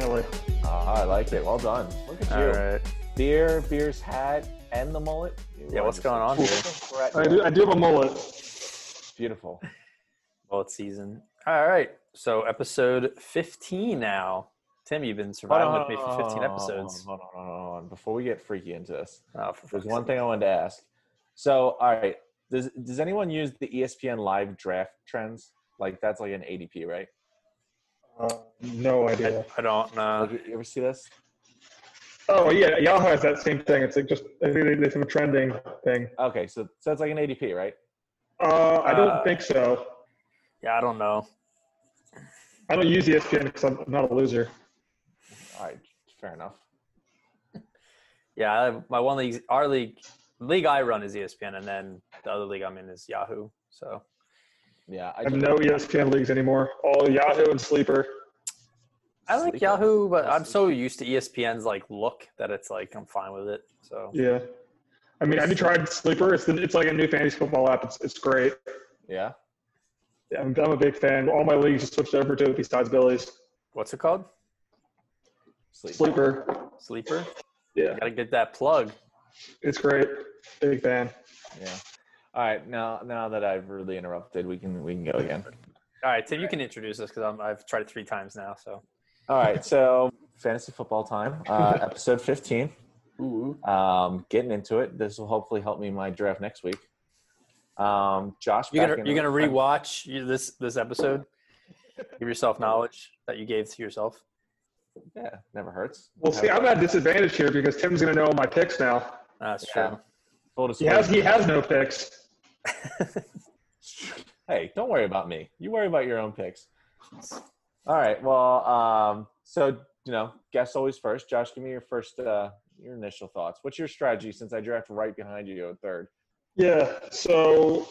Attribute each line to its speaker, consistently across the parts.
Speaker 1: mullet.
Speaker 2: Ah, I like it. Well done. Look at
Speaker 3: All
Speaker 2: you.
Speaker 3: right.
Speaker 2: Beer, beer's hat, and the mullet. You
Speaker 3: Yeah,
Speaker 2: are
Speaker 3: what's
Speaker 2: just
Speaker 3: going
Speaker 2: a
Speaker 3: on here?
Speaker 2: threat.
Speaker 1: I do, I do have a mullet.
Speaker 2: Beautiful.
Speaker 3: Well, it's season. All right. So episode 15 now. Tim, you've been surviving with me for 15 episodes.
Speaker 2: Hold on, hold on, hold on. Before we get freaky into this,
Speaker 3: Oh, for
Speaker 2: Oh. there's
Speaker 3: fuck's
Speaker 2: one
Speaker 3: sake.
Speaker 2: thing I wanted to ask. So, all right, does does anyone use the E ESPN live draft trends? Like that's like an ADP, right?
Speaker 1: Uh, no idea.
Speaker 3: I, I don't know.
Speaker 2: Did you ever see this?
Speaker 1: Oh yeah, Yahoo has that same thing. It's like just I think they, they have a trending thing.
Speaker 2: Okay, so so it's like an ADP, right?
Speaker 1: Uh, I don't
Speaker 3: Uh,
Speaker 1: think so.
Speaker 3: Yeah, I don't know.
Speaker 1: I don't use E ESPN because I'm not a loser.
Speaker 2: All right, fair enough.
Speaker 3: Yeah, I have, my one league, our league, league I run is E ESPN, and then the other league I'm in is Yahoo. So
Speaker 2: Yeah,
Speaker 1: I have no E ESPN leagues anymore. All Yahoo and Sleeper.
Speaker 3: I like
Speaker 2: Sleeper.
Speaker 3: Yahoo, but I'm
Speaker 2: Sleeper.
Speaker 3: so used to E ESPN's like look that it's like I'm fine with it. So
Speaker 1: Yeah. I mean, have you tried Sleeper? It's the, it's like a new fantasy football app. It's it's great.
Speaker 2: Yeah,
Speaker 1: Yeah, I'm, I'm a big fan. All my leagues just switched over to it besides Billy's.
Speaker 3: what's it called?
Speaker 2: sleep.
Speaker 1: Sleeper.
Speaker 3: Sleeper.
Speaker 1: Yeah,
Speaker 3: Got to get that plug.
Speaker 1: it's great. Big fan.
Speaker 2: Yeah. All right, now now that I've really interrupted, we can we can go again.
Speaker 3: All right, Tim, you can introduce us because I've tried it three times now. So
Speaker 2: All right, so fantasy football time, uh, episode fifteen.
Speaker 3: Ooh.
Speaker 2: Um, getting into it. This will hopefully help me in my draft next week. Um, Josh,
Speaker 3: you're
Speaker 2: back
Speaker 3: gonna
Speaker 2: in-
Speaker 3: you're gonna rewatch you- this this episode. Give yourself knowledge that you gave to yourself.
Speaker 2: Yeah, never hurts.
Speaker 1: Well, see, I'm at a disadvantage here because Tim's going to know all my picks now.
Speaker 3: That's
Speaker 2: Yeah.
Speaker 3: true.
Speaker 2: Full
Speaker 1: He has
Speaker 2: disclosure.
Speaker 1: he has no picks.
Speaker 2: Hey, don't worry about me. You worry about your own picks. All right. Well, um, so you know, guess always first. Josh, give me your first, uh, your initial thoughts. What's your strategy since I draft right behind you at third?
Speaker 1: Yeah, so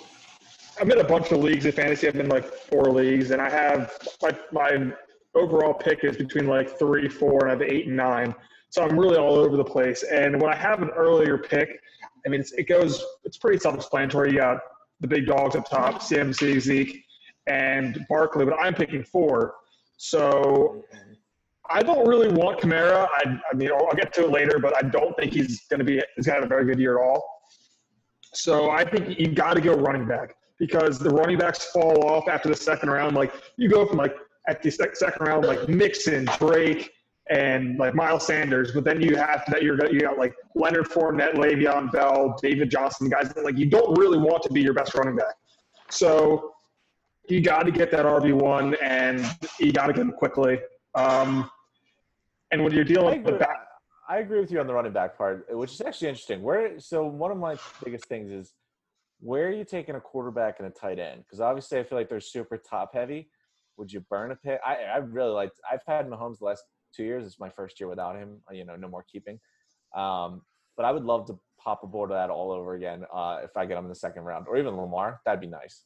Speaker 1: I'm in a bunch of leagues in fantasy. I'm in like four leagues, and I have my my overall pick is between like three, four, and I have eight and nine. So I'm really all over the place. And when I have an earlier pick, I mean it's, it goes it's pretty self-explanatory. You got the big dogs up top, CMC, Zeke, and Barkley, but I'm picking four. So I don't really want Kamara. I, I mean, I'll I'll get to it later, but I don't think he's going to be he's going to have a very good year at all. So I think you got to go running back because the running backs fall off after the second round. Like you go from like at the sec- second round, like Mixon, Drake, and like Miles Sanders, but then you have that you're got- you got like Leonard Fournette, Le'Veon Bell, David Johnson, guys that like you don't really want to be your best running back. So you got to get that RB one, and you got to get him quickly. Um, and when you're
Speaker 2: I
Speaker 1: dealing
Speaker 2: agree,
Speaker 1: with back,
Speaker 2: I agree with you on the running back part, which is actually interesting. Where so one of my biggest things is where are you taking a quarterback and a tight end? Because obviously, I feel like they're super top heavy. Would you burn a pick? I, I really like. I've had Mahomes the last two years. It's my first year without him. uh, You know, no more keeping. Um, but I would love to pop a board of that all over again uh, if I get him in the second round, or even Lamar. That'd be nice.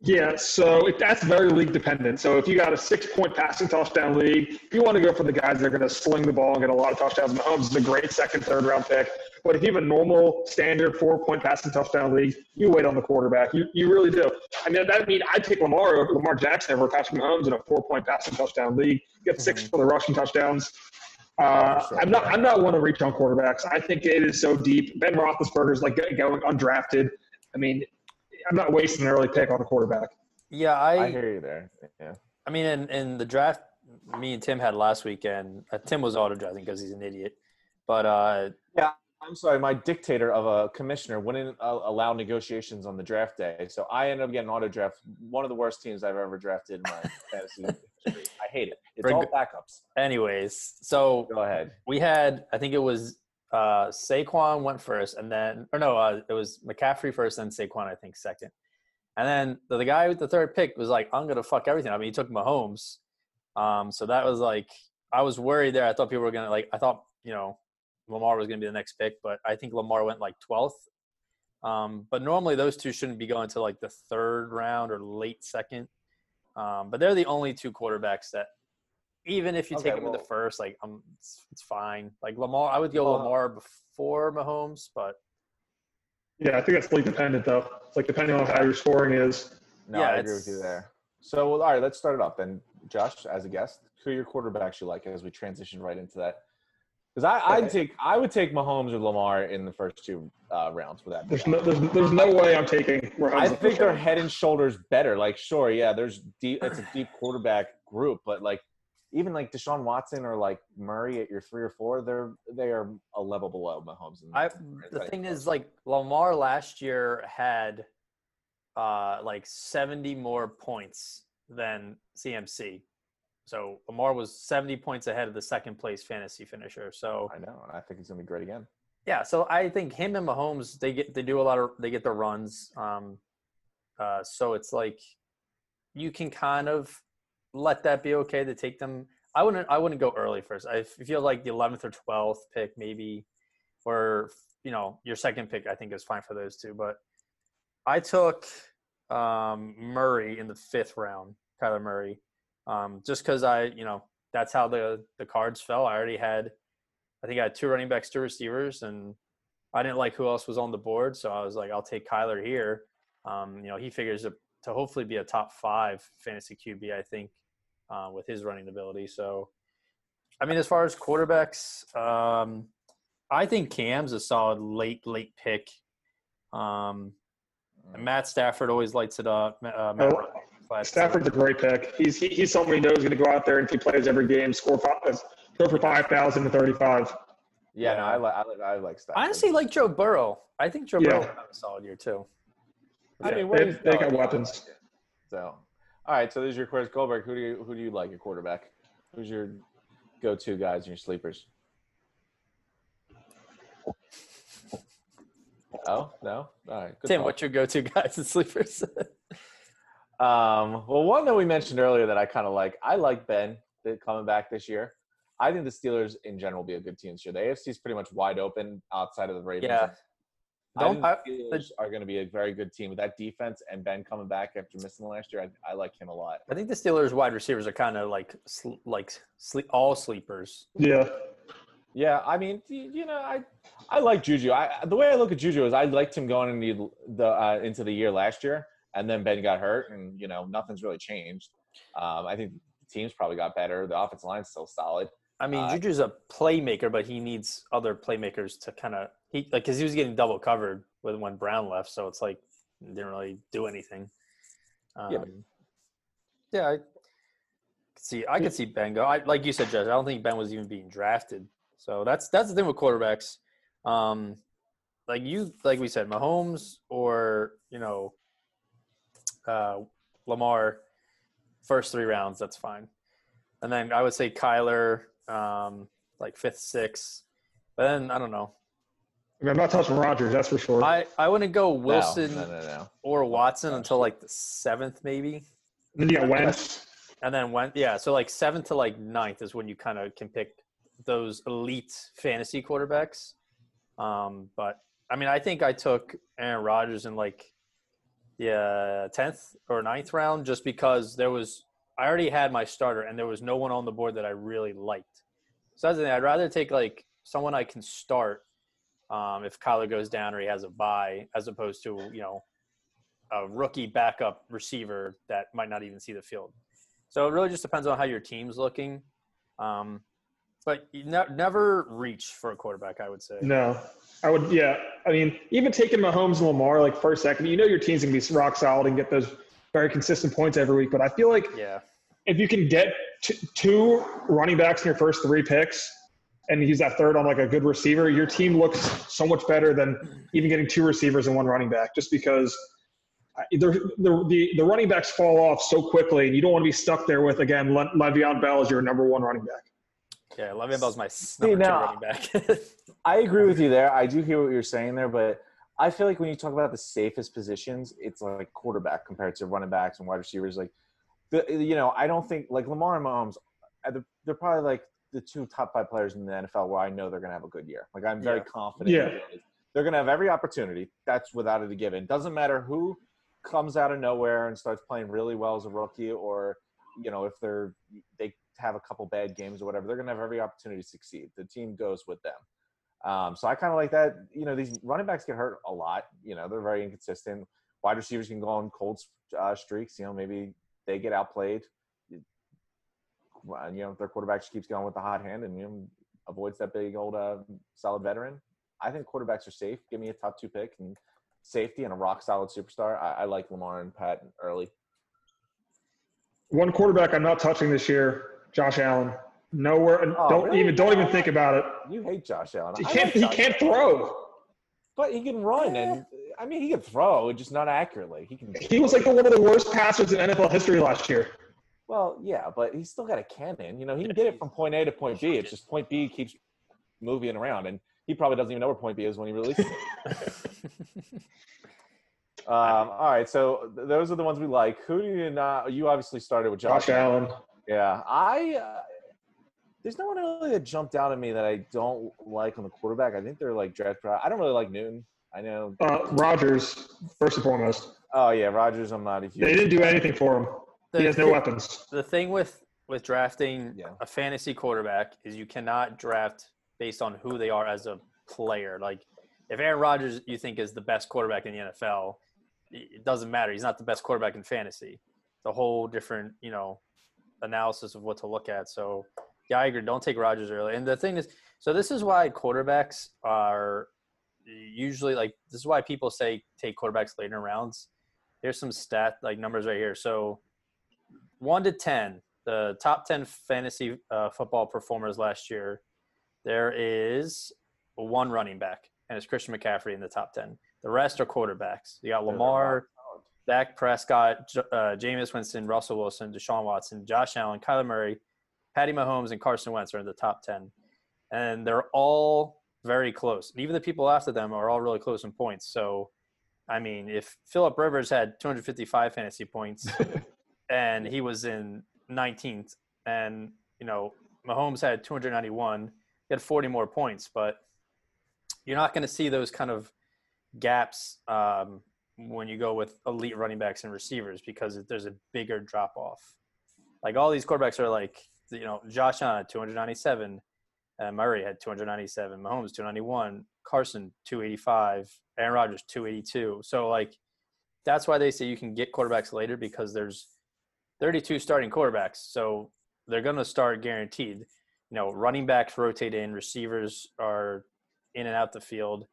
Speaker 1: Yeah, so it, that's very league dependent. So if you got a six point passing touchdown league, you want to go for the guys that are going to sling the ball and get a lot of touchdowns. Mahomes is a great second, third round pick. But if you have a normal, standard four point passing touchdown league, you wait on the quarterback. You, you really do. I mean, that mean I take Lamar over Lamar Jackson over Patrick Mahomes in a four point passing touchdown league. Get 6 for the rushing touchdowns. Uh,
Speaker 2: Sure.
Speaker 1: I'm not. I'm not one to reach on quarterbacks. I think it is so deep. Ben Roethlisberger's like going undrafted. I mean, I'm not wasting an early pick on a quarterback.
Speaker 3: Yeah,
Speaker 2: I hear you there. Yeah.
Speaker 3: I mean, in, in the draft, me and Tim had last weekend. Uh, Tim was auto drafting because he's an idiot, but uh,
Speaker 2: I'm sorry, my dictator of a commissioner wouldn't uh, allow negotiations on the draft day. So I ended up getting auto draft, one of the worst teams I've ever drafted in my fantasy. history. I hate it. It's
Speaker 3: Bring-
Speaker 2: all backups.
Speaker 3: anyways, so
Speaker 2: Go ahead.
Speaker 3: we had. I think it was uh, Saquon went first, and then or no, uh, it was McCaffrey first, then Saquon. I think second, and then the, the guy with the third pick was like, "I'm gonna fuck everything." I mean, he took Mahomes, um, so that was like I was worried there. I thought people were gonna like. I thought you know Lamar was gonna be the next pick, but I think Lamar went like 12th. Um, but normally those two shouldn't be going to like the third round or late second. Um, but they're the only two quarterbacks that, even if you
Speaker 2: Okay,
Speaker 3: take them in
Speaker 2: well-
Speaker 3: the first, like um, it's, it's fine. Like Lamar, I would go
Speaker 2: Well-
Speaker 3: Lamar before Mahomes, but
Speaker 1: Yeah, I think that's league dependent though. It's like depending on how your scoring is.
Speaker 2: No,
Speaker 3: Yeah,
Speaker 2: I agree with you
Speaker 3: it's-
Speaker 2: there. So, well, all right, let's start it up. And Josh, as a guest, who are your quarterbacks you like as we transition right into that? Because I, I'd take, I would take Mahomes or Lamar in the first two uh, rounds without. a
Speaker 1: There's
Speaker 2: doubt.
Speaker 1: no, there's, there's no way I'm taking.
Speaker 2: I
Speaker 1: Mahomes.
Speaker 2: think they're head and shoulders better. Like, sure, yeah, there's deep. It's a deep quarterback group, but like, even like Deshaun Watson or like Murray at your three or four, they're they are a level below Mahomes. and-
Speaker 3: I the thing is like Lamar last year had uh like 70 more points than CMC. So Lamar was 70 points ahead of the second place fantasy finisher. So
Speaker 2: I know, and I think he's gonna be great again.
Speaker 3: yeah, so I think him and Mahomes they get they do a lot of they get the runs. Um uh so it's like you can kind of let that be okay to take them. I wouldn't I wouldn't go early first. I feel like the 11th or 12th pick maybe or you know your second pick I think is fine for those two, but I took um Murray in the 5th round, Kyler Murray. Um just cuz I, you know, that's how the the cards fell. I already had I think I had two running backs, two receivers, and I didn't like who else was on the board, so I was like, I'll take Kyler here. Um, you know, he figures to, to hopefully be a top five fantasy QB, I think, uh, with his running ability. So, I mean, as far as quarterbacks, um, I think Cam's a solid late, late pick. Um, and Matt Stafford always lights it up. Ma- Uh, Matt
Speaker 1: Oh,
Speaker 3: Ryan lights it up.
Speaker 1: Stafford's a great pick. He's he, he's somebody who knows going to go out there and if he plays every game, score five, go for five thousand and thirty-five.
Speaker 2: Yeah, no,
Speaker 3: Yeah.
Speaker 2: I like I like I like Stafford.
Speaker 3: honestly like Joe Burrow. I think Joe
Speaker 1: Yeah.
Speaker 3: Burrow will have a solid year too.
Speaker 2: I mean,
Speaker 1: They-
Speaker 2: where he's
Speaker 1: they got
Speaker 2: going, I like
Speaker 1: weapons.
Speaker 2: it. So, all right. So, there's your quiz, Goldberg. Who do you who do you like? Your quarterback? Who's your go-to guys? in Your sleepers? Oh no! All right. good
Speaker 3: Tim,
Speaker 2: call.
Speaker 3: what's your go-to guys and sleepers?
Speaker 2: Um, well, one that we mentioned earlier that I kind of like, I like Ben that coming back this year. I think the Steelers in general will be a good team this year. The AFC is pretty much wide open outside of the Ravens.
Speaker 3: Yeah.
Speaker 2: I think
Speaker 3: Don't I,
Speaker 2: the Steelers are going to be a very good team with that defense and Ben coming back after missing last year. I, I like him a lot.
Speaker 3: I think the Steelers wide receivers are kind of like sl- like sleep all sleepers.
Speaker 1: Yeah,
Speaker 2: Yeah, I mean, y- you know, I I like Juju. I the way I look at Juju is I liked him going into the, the uh, into the year last year, and then Ben got hurt, and you know nothing's really changed. Um, I think the team's probably got better. The offensive line's still solid.
Speaker 3: I mean,
Speaker 2: Uh,
Speaker 3: Juju's a playmaker, but he needs other playmakers to kind of he like because he was getting double covered with when Brown left, so it's like it didn't really do anything. Um, yeah,
Speaker 2: but-
Speaker 3: I could see. I could see Ben go. I, like you said, Judge. I don't think Ben was even being drafted. So that's that's the thing with quarterbacks. Um, like you, like we said, Mahomes or you know, uh, Lamar. First three rounds, that's fine. And then I would say Kyler, um, like fifth, sixth. But then I don't know.
Speaker 1: I mean, I'm not touching Rogers, that's for sure.
Speaker 3: I, I wouldn't go
Speaker 2: No,
Speaker 3: Wilson
Speaker 2: No, no, no.
Speaker 3: or Watson until like the seventh, maybe.
Speaker 1: then you got Wentz.
Speaker 3: And then when yeah, so like seventh to like ninth is when you kind of can pick those elite fantasy quarterbacks. Um, but I mean, I think I took Aaron Rodgers in like the uh, tenth or ninth round just because there was I already had my starter and there was no one on the board that I really liked. So that's the thing. I'd rather take like someone I can start um, if Kyler goes down or he has a bye, as opposed to you know a rookie backup receiver that might not even see the field. So it really just depends on how your team's looking. Um, but you ne- never reach for a quarterback, I would say.
Speaker 1: No, I would. Yeah, I mean, even taking Mahomes and Lamar like first, second, you know, your team's gonna be rock solid and get those very consistent points every week. But I feel like
Speaker 3: Yeah.
Speaker 1: if you can get t- two running backs in your first three picks and use that third on like a good receiver, your team looks so much better than even getting two receivers and one running back just because I- they're- the, the, the running backs fall off so quickly and you don't want to be stuck there with, again, Le- Le'Veon Bell is your number one running back.
Speaker 3: Yeah. Le'Veon Bell's my s- number two
Speaker 2: now-
Speaker 3: running back.
Speaker 2: I agree with you there. I do hear what you're saying there, but I feel like when you talk about the safest positions, it's like quarterback compared to running backs and wide receivers. Like, the, you know, I don't think like Lamar and Mahomes, uh, they're- they're probably like the two top five players in the NFL where I know they're going to have a good year. Like, I'm very
Speaker 3: Yeah.
Speaker 2: confident.
Speaker 1: Yeah.
Speaker 2: that They're going to have every opportunity. That's without it a given. Doesn't matter who comes out of nowhere and starts playing really well as a rookie or you know, if they're they have a couple bad games or whatever, they're gonna have every opportunity to succeed. The team goes with them. Um, so I kind of like that. You know, these running backs get hurt a lot. You know, they're very inconsistent. Wide receivers can go on cold uh, streaks. You know, maybe they get outplayed. uh, you know, if their quarterback just keeps going with the hot hand and you know, avoids that big old uh, solid veteran, I think quarterbacks are safe. Give me a top two pick and safety and a rock solid superstar. I, I like Lamar and Pat early.
Speaker 1: One quarterback I'm not touching this year, Josh Allen. Nowhere.
Speaker 2: Oh,
Speaker 1: don't
Speaker 2: really?
Speaker 1: even don't even think about it.
Speaker 2: You hate Josh Allen.
Speaker 1: He
Speaker 2: I
Speaker 1: can't
Speaker 2: like
Speaker 1: he
Speaker 2: Josh
Speaker 1: can't
Speaker 2: Allen.
Speaker 1: throw.
Speaker 2: but he can run and I mean he can throw, just not accurately. He can.
Speaker 1: He was like one of the worst passers in NFL history last year.
Speaker 2: Well, yeah, but he's still got a cannon. You know, he can get it from point A to point B. It's just point B keeps moving around, and he probably doesn't even know where point B is when he releases it. Um, all right, so th- those are the ones we like. Who do you not? You obviously started with Josh.
Speaker 1: Josh Allen.
Speaker 2: Yeah, I. Uh, there's no one really that jumped out at me that I don't like on the quarterback. I think they're like draft. pro- I don't really like Newton. I know.
Speaker 1: Uh, Rogers, first and foremost.
Speaker 2: Oh yeah, Rogers. I'm not a
Speaker 1: They
Speaker 2: huge.
Speaker 1: didn't do anything for him.
Speaker 3: The,
Speaker 1: He has no
Speaker 3: thi-
Speaker 1: weapons.
Speaker 3: the thing with with drafting
Speaker 2: Yeah.
Speaker 3: a fantasy quarterback is you cannot draft based on who they are as a player. Like if Aaron Rodgers you think is the best quarterback in the NFL, it it doesn't matter. He's not the best quarterback in fantasy. It's a whole different, you know, analysis of what to look at. So yeah, I agree. Don't take Rodgers early. And the thing is, so this is why quarterbacks are usually like this is why people say take quarterbacks later in rounds. There's some stat like numbers right here. So one to ten, the top ten fantasy uh, football performers last year, there is one running back, and it's Christian McCaffrey in the top ten. The rest are quarterbacks. You got
Speaker 2: They're
Speaker 3: Lamar.
Speaker 2: rock
Speaker 3: Dak Prescott, J- uh, Jameis Winston, Russell Wilson, Deshaun Watson, Josh Allen, Kyler Murray, Patty Mahomes, and Carson Wentz are in the top 10. And they're all very close. And even the people after them are all really close in points. So, I mean, if Philip Rivers had 255 fantasy points and he was in 19th, and, you know, Mahomes had 291, he had 40 more points, but you're not going to see those kind of gaps um, when you go with elite running backs and receivers because there's a bigger drop off. Like all these quarterbacks are like, you know, Josh Allen at 297, uh, Murray had 297, Mahomes 291, Carson 285, Aaron Rodgers 282. So like, that's why they say you can get quarterbacks later because there's 32 starting quarterbacks, so they're going to start guaranteed. You know, running backs rotate in, receivers are in and out the field.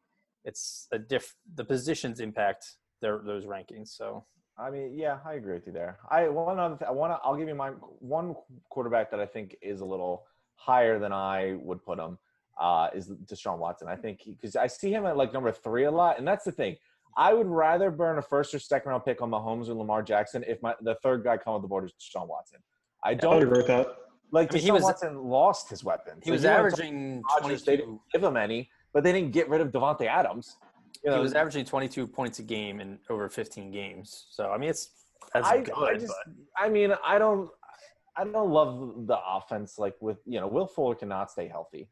Speaker 3: It's a diff. The positions impact their those rankings. So
Speaker 2: I mean, yeah, I agree with you there. I one other, th- I want to, I'll give you my one quarterback that I think is a little higher than I would put him uh, is Deshaun Watson. I think because I see him at like number three a lot, and that's the thing. I would rather burn a first or second round pick on Mahomes or Lamar Jackson if my the third guy coming off the board is Deshaun Watson. I
Speaker 1: I would
Speaker 2: don't
Speaker 1: agree with that.
Speaker 2: like
Speaker 3: I mean, he
Speaker 2: Deshaun
Speaker 3: was-
Speaker 2: Watson lost his weapons.
Speaker 3: he was
Speaker 2: If you wanna
Speaker 3: averaging
Speaker 2: Rodgers, they
Speaker 3: 22.
Speaker 2: give him any, but they didn't get rid of Devontae Adams. You
Speaker 3: He
Speaker 2: know,
Speaker 3: was averaging 22 points a game in over 15 games. So I mean, it's that's
Speaker 2: I,
Speaker 3: good.
Speaker 2: I just, I mean, I don't, I don't love the offense. Like with you know, Will Fuller cannot stay healthy.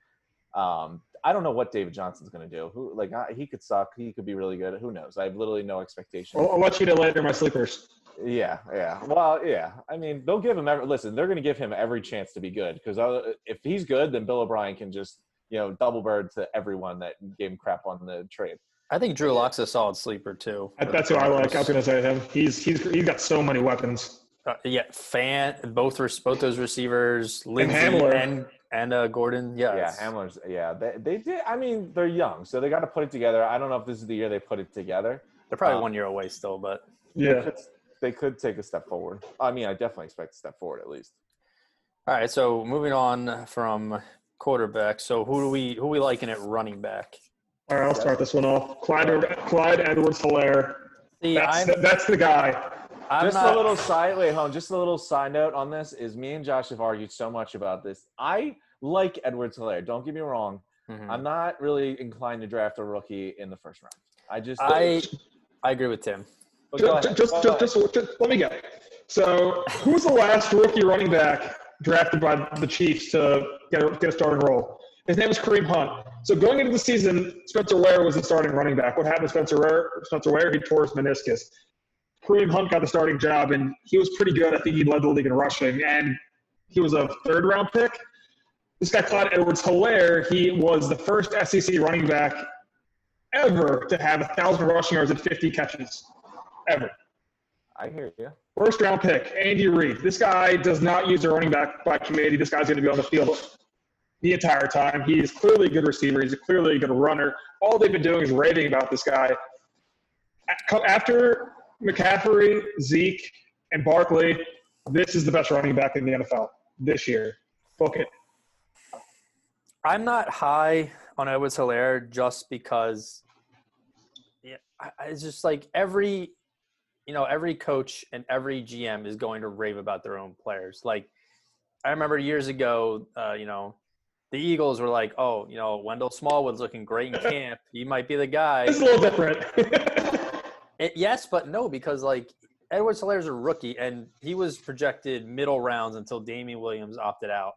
Speaker 2: Um, I don't know what David Johnson's going to do. Who like I, he could suck. He could be really good. Who knows? I have literally no expectation.
Speaker 1: I'll, I'll let you know later, my sleepers.
Speaker 2: Yeah, yeah. Well, yeah. I mean, they'll give him every. Listen, they're going to give him every chance to be good because if he's good, then Bill O'Brien can just you know double bird to everyone that gave him crap on the trade.
Speaker 3: I think Drew Locke's a solid sleeper too.
Speaker 1: That- That's who I like. I was going to say him. He's he's he's got so many weapons.
Speaker 3: Uh, yeah, fan both res- both those receivers, Lindsey
Speaker 1: Hamler.
Speaker 3: and and uh, Gordon. Yeah,
Speaker 2: Yeah,
Speaker 3: it's-
Speaker 2: Hamler's. Yeah, they, they did. I mean, they're young, so they got to put it together. I don't know if this is the year they put it together.
Speaker 3: they're probably
Speaker 2: Um,
Speaker 3: one year away still, but
Speaker 1: Yeah.
Speaker 2: They could take a step forward. I mean, I definitely expect a step forward at least.
Speaker 3: all right. So moving on from quarterback. So who do we who we liking at running back?
Speaker 1: All right, I'll start this one off. Clyde Clyde Edwards Hilaire.
Speaker 3: See,
Speaker 1: That's
Speaker 3: I'm,
Speaker 1: the, that's the guy.
Speaker 3: I'm
Speaker 2: just
Speaker 3: not,
Speaker 2: a little side. Wait, hold on. Just a little side note on this is me and Josh have argued so much about this. I like Edwards Hilaire. Don't get me wrong.
Speaker 3: Mhm.
Speaker 2: I'm not really inclined to draft a rookie in the first round. I just.
Speaker 3: I I agree with Tim.
Speaker 2: but go
Speaker 1: Just,
Speaker 2: ahead,
Speaker 1: just,
Speaker 2: go
Speaker 1: just,
Speaker 2: ahead.
Speaker 1: just, just- let me get it. So, who was the last rookie running back drafted by the Chiefs to get a, get a starting role? His name is Kareem Hunt. So, going into the season, Spencer Ware was the starting running back. What happened to Spencer Ware? Spencer Ware, he tore his meniscus. Kareem Hunt got the starting job, and he was pretty good. I think he led the league in rushing, and he was a third round pick. This guy, Clyde Edwards Hilaire, he was the first SEC running back ever to have 1,000 rushing yards and 50 catches. Ever.
Speaker 2: I hear you.
Speaker 1: First round pick, Andy Reid. This guy does not use a running back by committee. This guy's going to be on the field the entire time. He's clearly a good receiver. He's clearly a good runner. All they've been doing is raving about this guy. A- After McCaffrey, Zeke, and Barkley, this is the best running back in the NFL this year. Book it.
Speaker 3: I'm not high on Edwards Hilaire just because yeah, I- I- it's just like every you know, every coach and every GM is going to rave about their own players. Like I remember years ago, uh, you know, the Eagles were like, Oh, you know, Wendell Smallwood's looking great in camp. He might be the guy.
Speaker 1: It's a little different.
Speaker 3: It, Eh, yes, but no, because like Edward Solaire's a rookie and he was projected middle rounds until Damian Williams opted out.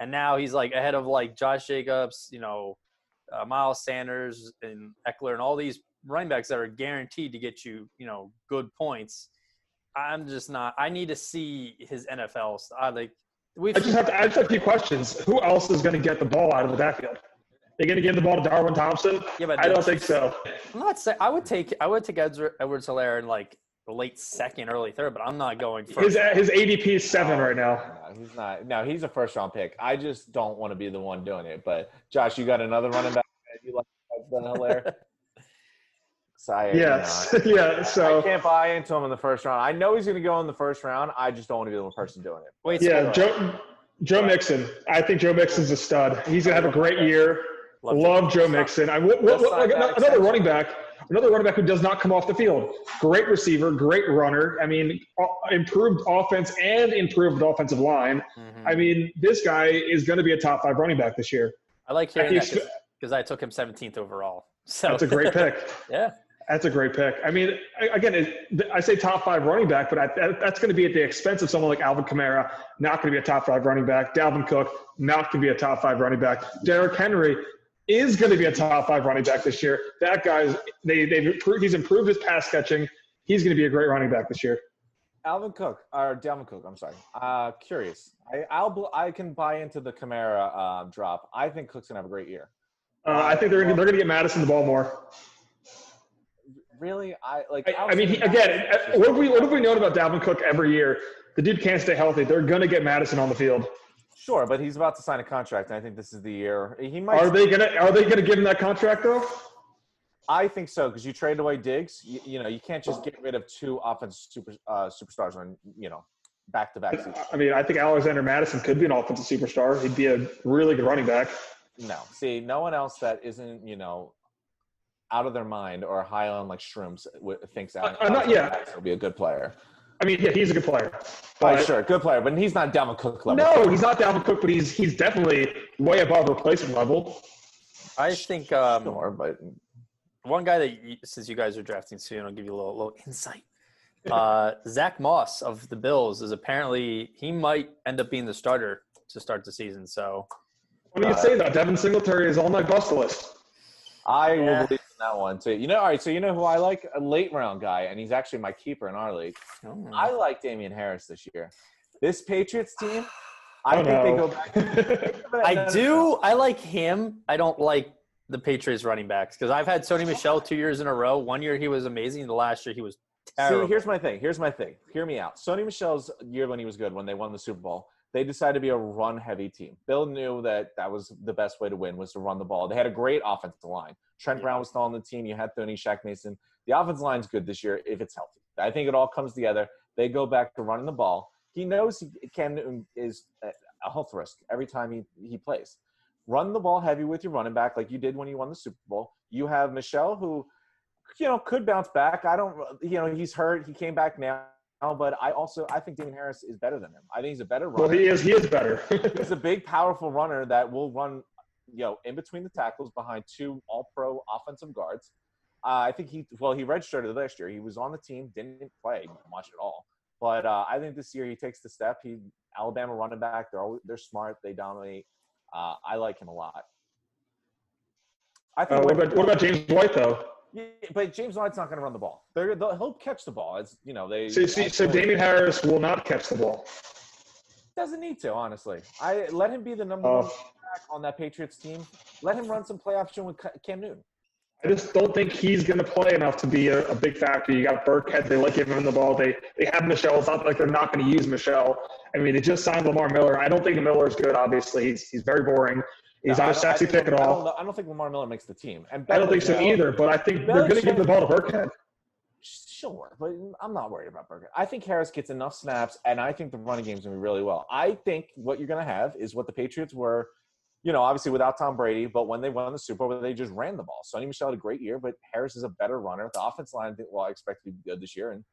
Speaker 3: And now he's like ahead of like Josh Jacobs, you know, uh, Miles Sanders and Eckler and all these running backs that are guaranteed to get you, you know, good points. I'm just not, I need to see his NFL. st- I like, we've,
Speaker 1: I just have to, I just have a few questions. Who else is going to get the ball out of the backfield? They're going to give the ball to Darwin Thompson?
Speaker 3: yeah, but
Speaker 1: I don't think so.
Speaker 3: I'm not saying, I would take, I would take Edwards Hilaire in like the late second, early third, but I'm not going first.
Speaker 1: His uh, his ADP is seven
Speaker 2: Oh,
Speaker 1: right now.
Speaker 2: No, he's not. No, he's a first round pick. I just don't want to be the one doing it. But Josh, you got another running back that you like besides Hilaire? Sire, you
Speaker 1: Yes,
Speaker 2: know,
Speaker 1: yeah.
Speaker 2: I
Speaker 1: So
Speaker 2: can't buy into him in the first round. I know he's going to go in the first round. I just don't want to be the one person doing it.
Speaker 3: Wait,
Speaker 1: yeah,
Speaker 3: so-
Speaker 1: Joe Joe Mixon. I think Joe Mixon's a stud. He's gonna have a great year.
Speaker 3: Love
Speaker 1: Love,
Speaker 3: Joe
Speaker 1: Joe Mixon. I w- w-
Speaker 2: Let's not
Speaker 1: like,
Speaker 2: back
Speaker 1: another
Speaker 2: exception.
Speaker 1: running back. Another running back who does not come off the field. Great receiver, great runner. I mean, o- improved offense and improved offensive line.
Speaker 3: Mhm.
Speaker 1: I mean, this guy is going to be a top five running back this year.
Speaker 3: I like hearing
Speaker 1: you
Speaker 3: that because I took him 17th overall. So
Speaker 1: That's a great pick.
Speaker 3: yeah,
Speaker 1: That's a great pick. I mean, I- again, it, th- I say top five running back, but I, that, that's going to be at the expense of someone like Alvin Kamara, not going to be a top five running back. Dalvin Cook, not going to be a top five running back. Derrick Henry is going to be a top five running back this year. That guy's they they've improved, he's improved his pass catching. He's going to be a great running back this year.
Speaker 2: Alvin Cook or Dalvin Cook. I'm sorry. Uh, curious. I I'll, bl- I can buy into the Camara um, drop. I think Cook's going to have a great year.
Speaker 1: Uh, I think they're gonna, they're going to get Madison the ball more.
Speaker 2: Really, I like.
Speaker 1: I, I
Speaker 2: was
Speaker 1: mean, he,
Speaker 2: thinking
Speaker 1: again,
Speaker 2: Madison.
Speaker 1: uh, what have we what have we known about Dalvin Cook every year? The dude can't stay healthy. They're going to get Madison on the field.
Speaker 2: Sure, but he's about to sign a contract, and I think this is the year he might.
Speaker 1: Are they going to are they going to give him that contract though?
Speaker 2: I think so because you trade away Diggs. You, you know, you can't just get rid of two offensive super, uh, superstars on you know back to back.
Speaker 1: I mean, I think Alexander Madison could be an offensive superstar. He'd be a really good running back.
Speaker 2: No, see, no one else that isn't you know out of their mind or high on like shrooms uh, w- thinks Allen.
Speaker 1: I'm Uh, not- yeah.
Speaker 2: Will be a good player.
Speaker 1: I mean, yeah, he's a good player.
Speaker 2: Right,
Speaker 1: But-
Speaker 2: sure, good player, but he's not Dalvin Cook level.
Speaker 1: No, he's not Dalvin Cook, but he's he's definitely way above replacement level.
Speaker 3: I think um,
Speaker 2: sure, but
Speaker 3: one guy that you, since you guys are drafting soon, I'll give you a little, little insight. Uh, Zach Moss of the Bills is apparently he might end up being the starter to start the season. So
Speaker 1: When you say that, Devin Singletary is on my bust list.
Speaker 2: I
Speaker 3: Yeah.
Speaker 2: will believe in that one too. You know, all right. So you know who I like? A late round guy, and he's actually my keeper in our league.
Speaker 3: hmm.
Speaker 2: I like Damian Harris this year. This Patriots team, I
Speaker 1: Oh,
Speaker 2: think they
Speaker 1: no.
Speaker 2: go back.
Speaker 3: I do. I like him. I don't like the Patriots running backs because I've had Sony Michelle two years in a row. One year he was amazing. The last year he was terrible.
Speaker 2: See, here's my thing. Here's my thing. Hear me out. Sony Michelle's year when he was good, when they won the Super Bowl, they decided to be a run heavy team. Bill knew that that was the best way to win was to run the ball. They had a great offensive line. Trent Brown was still on the team. You had Thony, Shaq Mason. The offensive line's good this year if it's healthy. I think it all comes together. They go back to running the ball. He knows he Cam Newton is a- a health risk every time he, he plays. Run the ball heavy with your running back like you did when you won the Super Bowl. You have Michelle who you know, could bounce back. I don't, you know, he's hurt. He came back now, but I also I think Damon Harris is better than him. I think he's a better runner.
Speaker 1: Well, he is he is better. Uh,
Speaker 2: he's a big, powerful runner that will run, you know, in between the tackles behind two All-Pro offensive guards. Uh, I think he, well, he redshirted last year. He was on the team, didn't play much at all. But uh, I think this year he takes the step. He Alabama running back. They're always, they're smart. They dominate. Uh, I like him a lot. I
Speaker 1: Uh,
Speaker 2: think
Speaker 1: what
Speaker 2: Wentz-
Speaker 1: about what about James White though?
Speaker 2: yeah, but James White's not going to run the ball. They're, they'll, he'll catch the ball. It's you know they.
Speaker 1: So, so, so Damian Harris will not catch the ball.
Speaker 2: doesn't need to honestly. I let him be the number
Speaker 1: Uh,
Speaker 2: one back on that Patriots team. Let him run some play option with Ca- Cam Newton.
Speaker 1: I just don't think he's going to play enough to be a, a big factor. You got Burkhead; they like giving him the ball. They they have Michelle. It's not like they're not going to use Michelle. I mean, they just signed Lamar Miller. I don't think Miller's good. Obviously, he's he's very boring. He's
Speaker 2: No,
Speaker 1: not a
Speaker 2: I don't- I
Speaker 1: sexy
Speaker 2: think-
Speaker 1: pick at
Speaker 2: I don't,
Speaker 1: all.
Speaker 2: know- I don't think Lamar Miller makes the team. And
Speaker 1: I don't think so
Speaker 2: Belichick-
Speaker 1: either. But I think they're going to give the ball to Burkhead.
Speaker 2: Sure, but I'm not worried about Burger. I think Harris gets enough snaps, and I think the running game's gonna be really well. I think what you're gonna have is what the Patriots were, you know, obviously without Tom Brady, but when they won the Super Bowl, they just ran the ball. Sonny Michelle had a great year, but Harris is a better runner. The offense line, I think- well, I expect to be good this year, and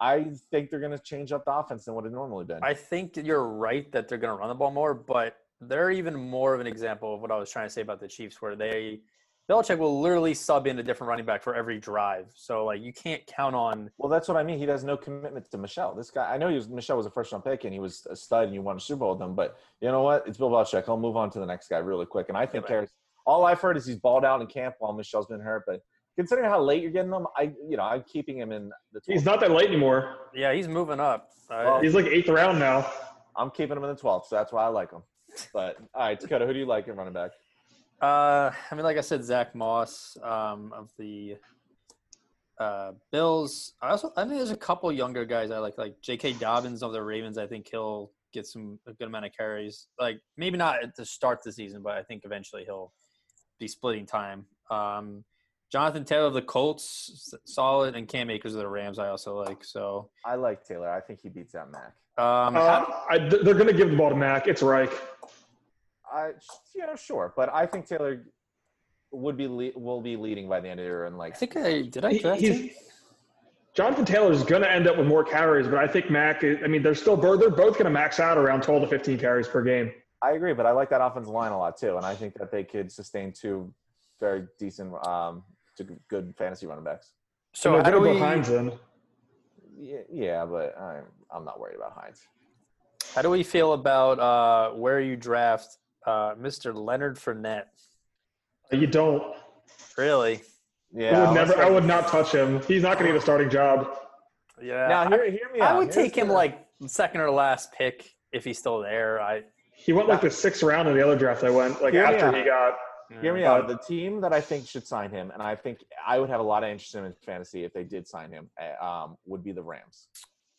Speaker 2: I think they're gonna change up the offense than what it normally been.
Speaker 3: I think that you're right that they're going to run the ball more, but they're even more of an example of what I was trying to say about the Chiefs, where they Belichick will literally sub in a different running back for every drive. So like you can't count on
Speaker 2: Well, that's what I mean. He has no commitment to Michelle. This guy, I know he was Michelle was a first round pick and he was a stud and you won a Super Bowl with him, but you know what? It's Bill Belichick. He'll move on to the next guy really quick. And I think
Speaker 3: man.
Speaker 2: Harris. All I've heard is he's balled out in camp while Michelle's been hurt. But considering how late you're getting him, I you know I'm keeping him in the. 12th.
Speaker 1: He's not that late anymore.
Speaker 3: yeah he's moving up. Uh,
Speaker 2: Well,
Speaker 1: He's like eighth round now.
Speaker 2: I'm keeping him in the 12th, so that's why I like him. But all right, Dakota, who do you like in running back?
Speaker 3: Uh, I mean, like I said, Zach Moss um, of the uh, Bills. I also, I think there's a couple younger guys I like, like J.K. Dobbins of the Ravens. I think he'll get some a good amount of carries. Like maybe not at the start of the season, but I think eventually he'll be splitting time. Um, Jonathan Taylor of the Colts, s- solid, and Cam Akers of the Rams. I also like. So
Speaker 2: I like Taylor. I think he beats out Mac.
Speaker 3: um, how-
Speaker 1: Uh, I, they're going to give the ball to Mac. It's Reich.
Speaker 2: I you know sure, but I think Taylor would be le- will be leading by the end of the year and
Speaker 3: I
Speaker 2: like
Speaker 3: think I did. I
Speaker 1: He-
Speaker 3: draft
Speaker 1: he's-
Speaker 3: him?
Speaker 1: Jonathan Taylor is going to end up with more carries, but I think Mac. is- I mean, they're still both- they're both going to max out around 12 to 15 carries per game.
Speaker 2: I agree, but I like that offensive line a lot too, and I think that they could sustain two very decent, um, two good fantasy running backs.
Speaker 1: So
Speaker 3: So how do
Speaker 1: they're
Speaker 3: we?
Speaker 1: behind them.
Speaker 2: Yeah, yeah but I'm I'm not worried about Hines.
Speaker 3: How do we feel about uh, where you draft uh, Mr. Leonard Fournette?
Speaker 1: You don't.
Speaker 3: Really?
Speaker 2: Yeah,
Speaker 1: I would
Speaker 2: unless
Speaker 1: never. I
Speaker 2: they-
Speaker 1: would not touch him. He's not going to get a starting job.
Speaker 3: Yeah.
Speaker 2: Now, hear, hear me
Speaker 3: I,
Speaker 2: out.
Speaker 3: would
Speaker 2: Here's
Speaker 3: take him
Speaker 2: the-
Speaker 3: like second or last pick if he's still there. I
Speaker 1: He went like the sixth round in the other draft I went. Like
Speaker 2: Hear me
Speaker 1: after
Speaker 2: out.
Speaker 1: he got.
Speaker 2: Hear me out. The team that I think should sign him, and I think I would have a lot of interest in him in fantasy if they did sign him, uh, um, would be the Rams.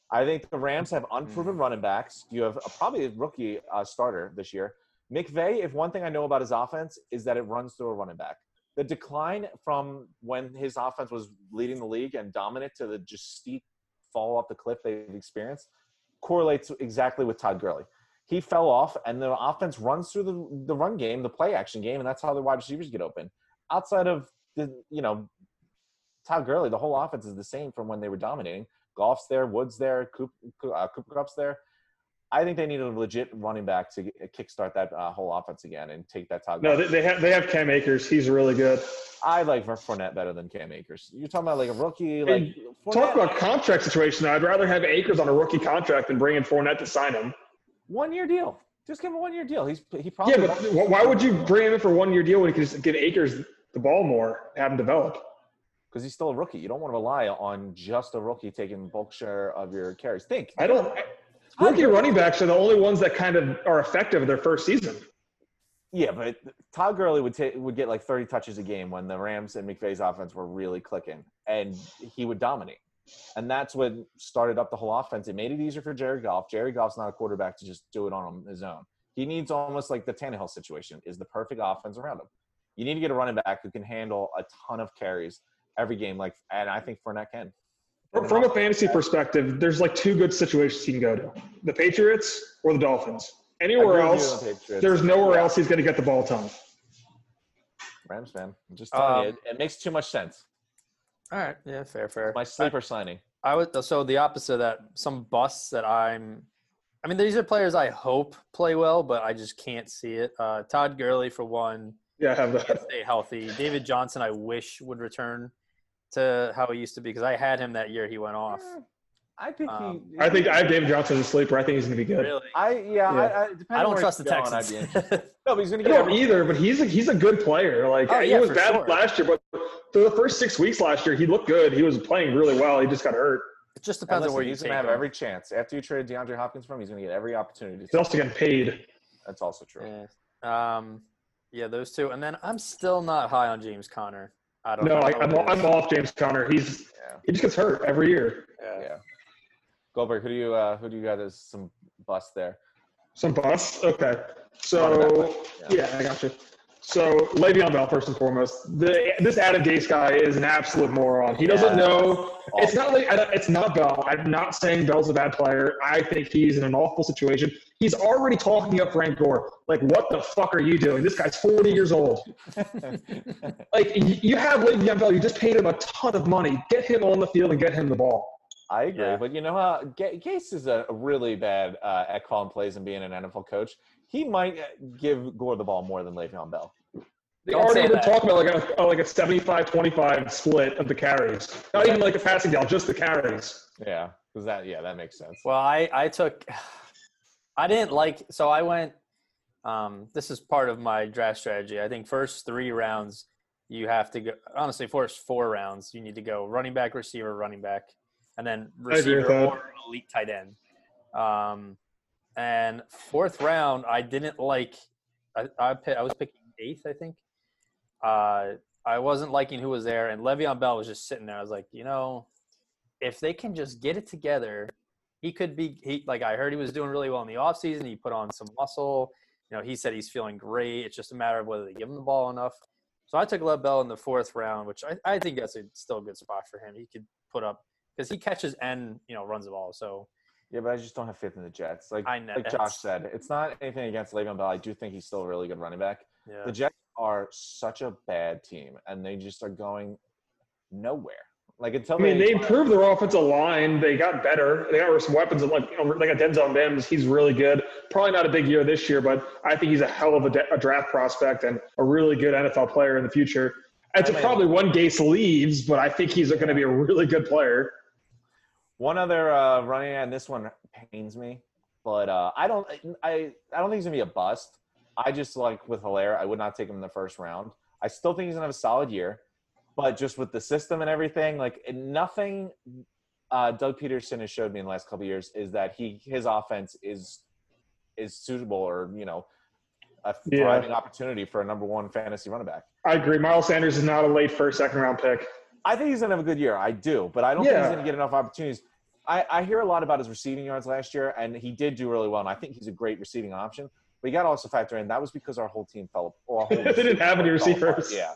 Speaker 2: I think the Rams have unproven running backs. You have a, probably a rookie uh, starter this year. McVay, if one thing I know about his offense is that it runs through a running back. The decline from when his offense was leading the league and dominant to the just steep fall off the cliff they've experienced correlates exactly with Todd Gurley he fell off, and the offense runs through the, the run game, the play action game, and that's how the wide receivers get open. Outside of the, you know, Todd Gurley, the whole offense is the same from when they were dominating. Golf's there, Woods there, Coop, Coo- uh, Cooper Cup's there. I think they need a legit running back to get- kickstart that uh, whole offense again and take that Todd.
Speaker 1: No,
Speaker 2: Gurley.
Speaker 1: they, they have they have Cam Akers. He's really good.
Speaker 2: I like Fournette better than Cam Akers. You're talking about like a rookie, like
Speaker 1: Talk
Speaker 2: Fournette-
Speaker 1: about contract situation. I'd rather have Akers on a rookie contract than bring in Fournette to sign him.
Speaker 2: one year deal. Just give him a one year deal. He's he probably
Speaker 1: Yeah, but wh- why would you bring him in for one year deal when you can just give Akers the ball more, have him develop?
Speaker 2: because he's still a rookie. You don't want to rely on just a rookie taking bulk share of your carries. Think
Speaker 1: I don't. Rookie running backs are the only ones that kind of are effective their first season.
Speaker 2: Yeah, but Todd Gurley would ta- would get like 30 touches a game when the Rams and McVay's offense were really clicking, and he would dominate. And that's what started up the whole offense. It made it easier for Jerry Goff. Jerry Goff's not a quarterback to just do it on his own. He needs almost like the Tannehill situation is the perfect offense around him. You need to get a running back who can handle a ton of carries every game. Like, and I think Fournette can.
Speaker 1: From from a fantasy perspective, there's like two good situations he can go to: the Patriots or the Dolphins. Anywhere
Speaker 2: I agree with you
Speaker 1: else,
Speaker 2: on the Patriots.
Speaker 1: there's nowhere else he's going to get the ball ton.
Speaker 2: Rams fan. I'm just telling you,
Speaker 3: Um,
Speaker 2: it, it makes too much sense.
Speaker 3: All right. Yeah. Fair. Fair.
Speaker 2: My sleeper signing.
Speaker 3: I would. So the opposite of that, some busts that I'm. I mean, these are players I hope play well, but I just can't see it. Uh, Todd Gurley for one.
Speaker 1: Yeah, I have that.
Speaker 3: stay healthy. David Johnson, I wish would return to how he used to be because I had him that year. He went off.
Speaker 2: I think
Speaker 3: Um,
Speaker 2: he.
Speaker 1: I think I have David Johnson as a sleeper. I think he's going to be good.
Speaker 3: Really, I,
Speaker 2: I yeah, I, I, depending
Speaker 3: don't
Speaker 2: where
Speaker 3: trust the
Speaker 2: he's going, I'd
Speaker 3: Texans.
Speaker 2: be interested. no, but he's
Speaker 1: I
Speaker 2: gonna get
Speaker 1: don't
Speaker 2: over
Speaker 1: either, but he's a, he's a good player. Like
Speaker 3: Oh,
Speaker 1: he
Speaker 3: yeah,
Speaker 1: was
Speaker 3: for
Speaker 1: bad
Speaker 3: sure.
Speaker 1: last year, but for the first six weeks last year, he looked good. He was playing really well. He just got hurt.
Speaker 3: it just depends
Speaker 2: And
Speaker 3: on where
Speaker 2: listen,
Speaker 3: you
Speaker 2: he's
Speaker 3: take
Speaker 2: gonna have
Speaker 3: him.
Speaker 2: every chance after you trade DeAndre Hopkins from. He's gonna get every opportunity.
Speaker 1: He's also getting paid.
Speaker 2: That's also true.
Speaker 3: Yeah. Um, yeah, those two, and then I'm still not high on James Conner. I don't
Speaker 1: No,
Speaker 3: know.
Speaker 1: I,
Speaker 3: what
Speaker 1: I'm,
Speaker 3: it
Speaker 1: I'm
Speaker 3: is.
Speaker 1: off James Conner. He's
Speaker 2: Yeah.
Speaker 1: he just gets hurt every year.
Speaker 3: Yeah.
Speaker 2: Yeah. Goldberg, who do you uh, who do you got as some bust there?
Speaker 1: Some bus. Okay.
Speaker 2: Quarterback,
Speaker 1: So
Speaker 2: yeah.
Speaker 1: yeah. I got you. So Le'Veon Bell, first and foremost, the, this Adam Gase guy is an absolute moron. He doesn't
Speaker 2: Yeah.
Speaker 1: know. It's not like I- it's not Bell. I'm not saying Bell's a bad player. I think he's in an awful situation. He's already talking up Frank Gore. Like, what the fuck are you doing? This guy's 40 years old. Like, y- you have Le'Veon Bell. You just paid him a ton of money. Get him on the field and get him the ball.
Speaker 2: I agree,
Speaker 3: Yeah.
Speaker 2: but you know how Ga- Gase is a really bad uh, at calling plays and being an NFL coach. He might uh, give Gore the ball more than Le'Veon Bell.
Speaker 1: They
Speaker 3: Don't say
Speaker 1: already were
Speaker 3: that.
Speaker 1: talking about like a, like a 75-25 split of the carries. Not even like a passing down, just the carries.
Speaker 2: Yeah, because that yeah that makes sense.
Speaker 3: Well, I I took I didn't like so I went um this is part of my draft strategy. I think first 3 rounds you have to go honestly first 4 rounds you need to go running back, receiver, running back and then
Speaker 1: I agree with
Speaker 3: receiver
Speaker 1: that.
Speaker 3: or elite tight end. Um and fourth round I didn't like I I, pi- I was picking 8th, I think. Uh I wasn't liking who was there and Le'Veon Bell was just sitting there. I was like, you know, if they can just get it together he could be he like I heard he was doing really well in the offseason. He put on some muscle. You know, he said he's feeling great. It's just a matter of whether they give him the ball enough. So I took Lev Bell in the fourth round, which I, I think that's a still a good spot for him. He could put up because he catches and you know runs the ball. So
Speaker 2: Yeah, but I just don't have faith in the Jets. Like
Speaker 3: I know
Speaker 2: like Josh
Speaker 3: that's-
Speaker 2: said, it's not anything against Le'Veon Bell. I do think he's still a really good running back.
Speaker 3: yeah,
Speaker 2: The Jets are such a bad team, and they just are going nowhere. Like until
Speaker 1: I mean, they
Speaker 2: they
Speaker 1: improved their offensive line. They got better. They got some weapons. and, Like, you know, they got Denzel Mims. He's really good. Probably not a big year this year, but I think he's a hell of a, da- a draft prospect and a really good NFL player in the future. It's
Speaker 2: I mean-
Speaker 1: probably when Gase leaves, but I think he's going to be a really good player.
Speaker 2: One other uh, running ad, and this one pains me, but uh, I don't, I, I don't think he's gonna be a bust. I just like with Hilaire, I would not take him in the first round. I still think he's gonna have a solid year, but just with the system and everything, like nothing. Uh, Doug Peterson has showed me in the last couple of years is that he his offense is is suitable or you know a
Speaker 1: Yeah.
Speaker 2: thriving opportunity for a number one fantasy running back.
Speaker 1: I agree. Miles Sanders is not a late first, second round pick.
Speaker 2: I think he's gonna have a good year. I do, but I don't think he's
Speaker 1: Yeah.
Speaker 2: gonna get enough opportunities. I, I hear a lot about his receiving yards last year, and he did do really well. And I think he's a great receiving option. But you got to also factor in that was because our whole team fell. Or our whole
Speaker 1: They didn't
Speaker 2: receiving
Speaker 1: have any
Speaker 2: core fell apart.
Speaker 1: receivers.
Speaker 2: Yeah,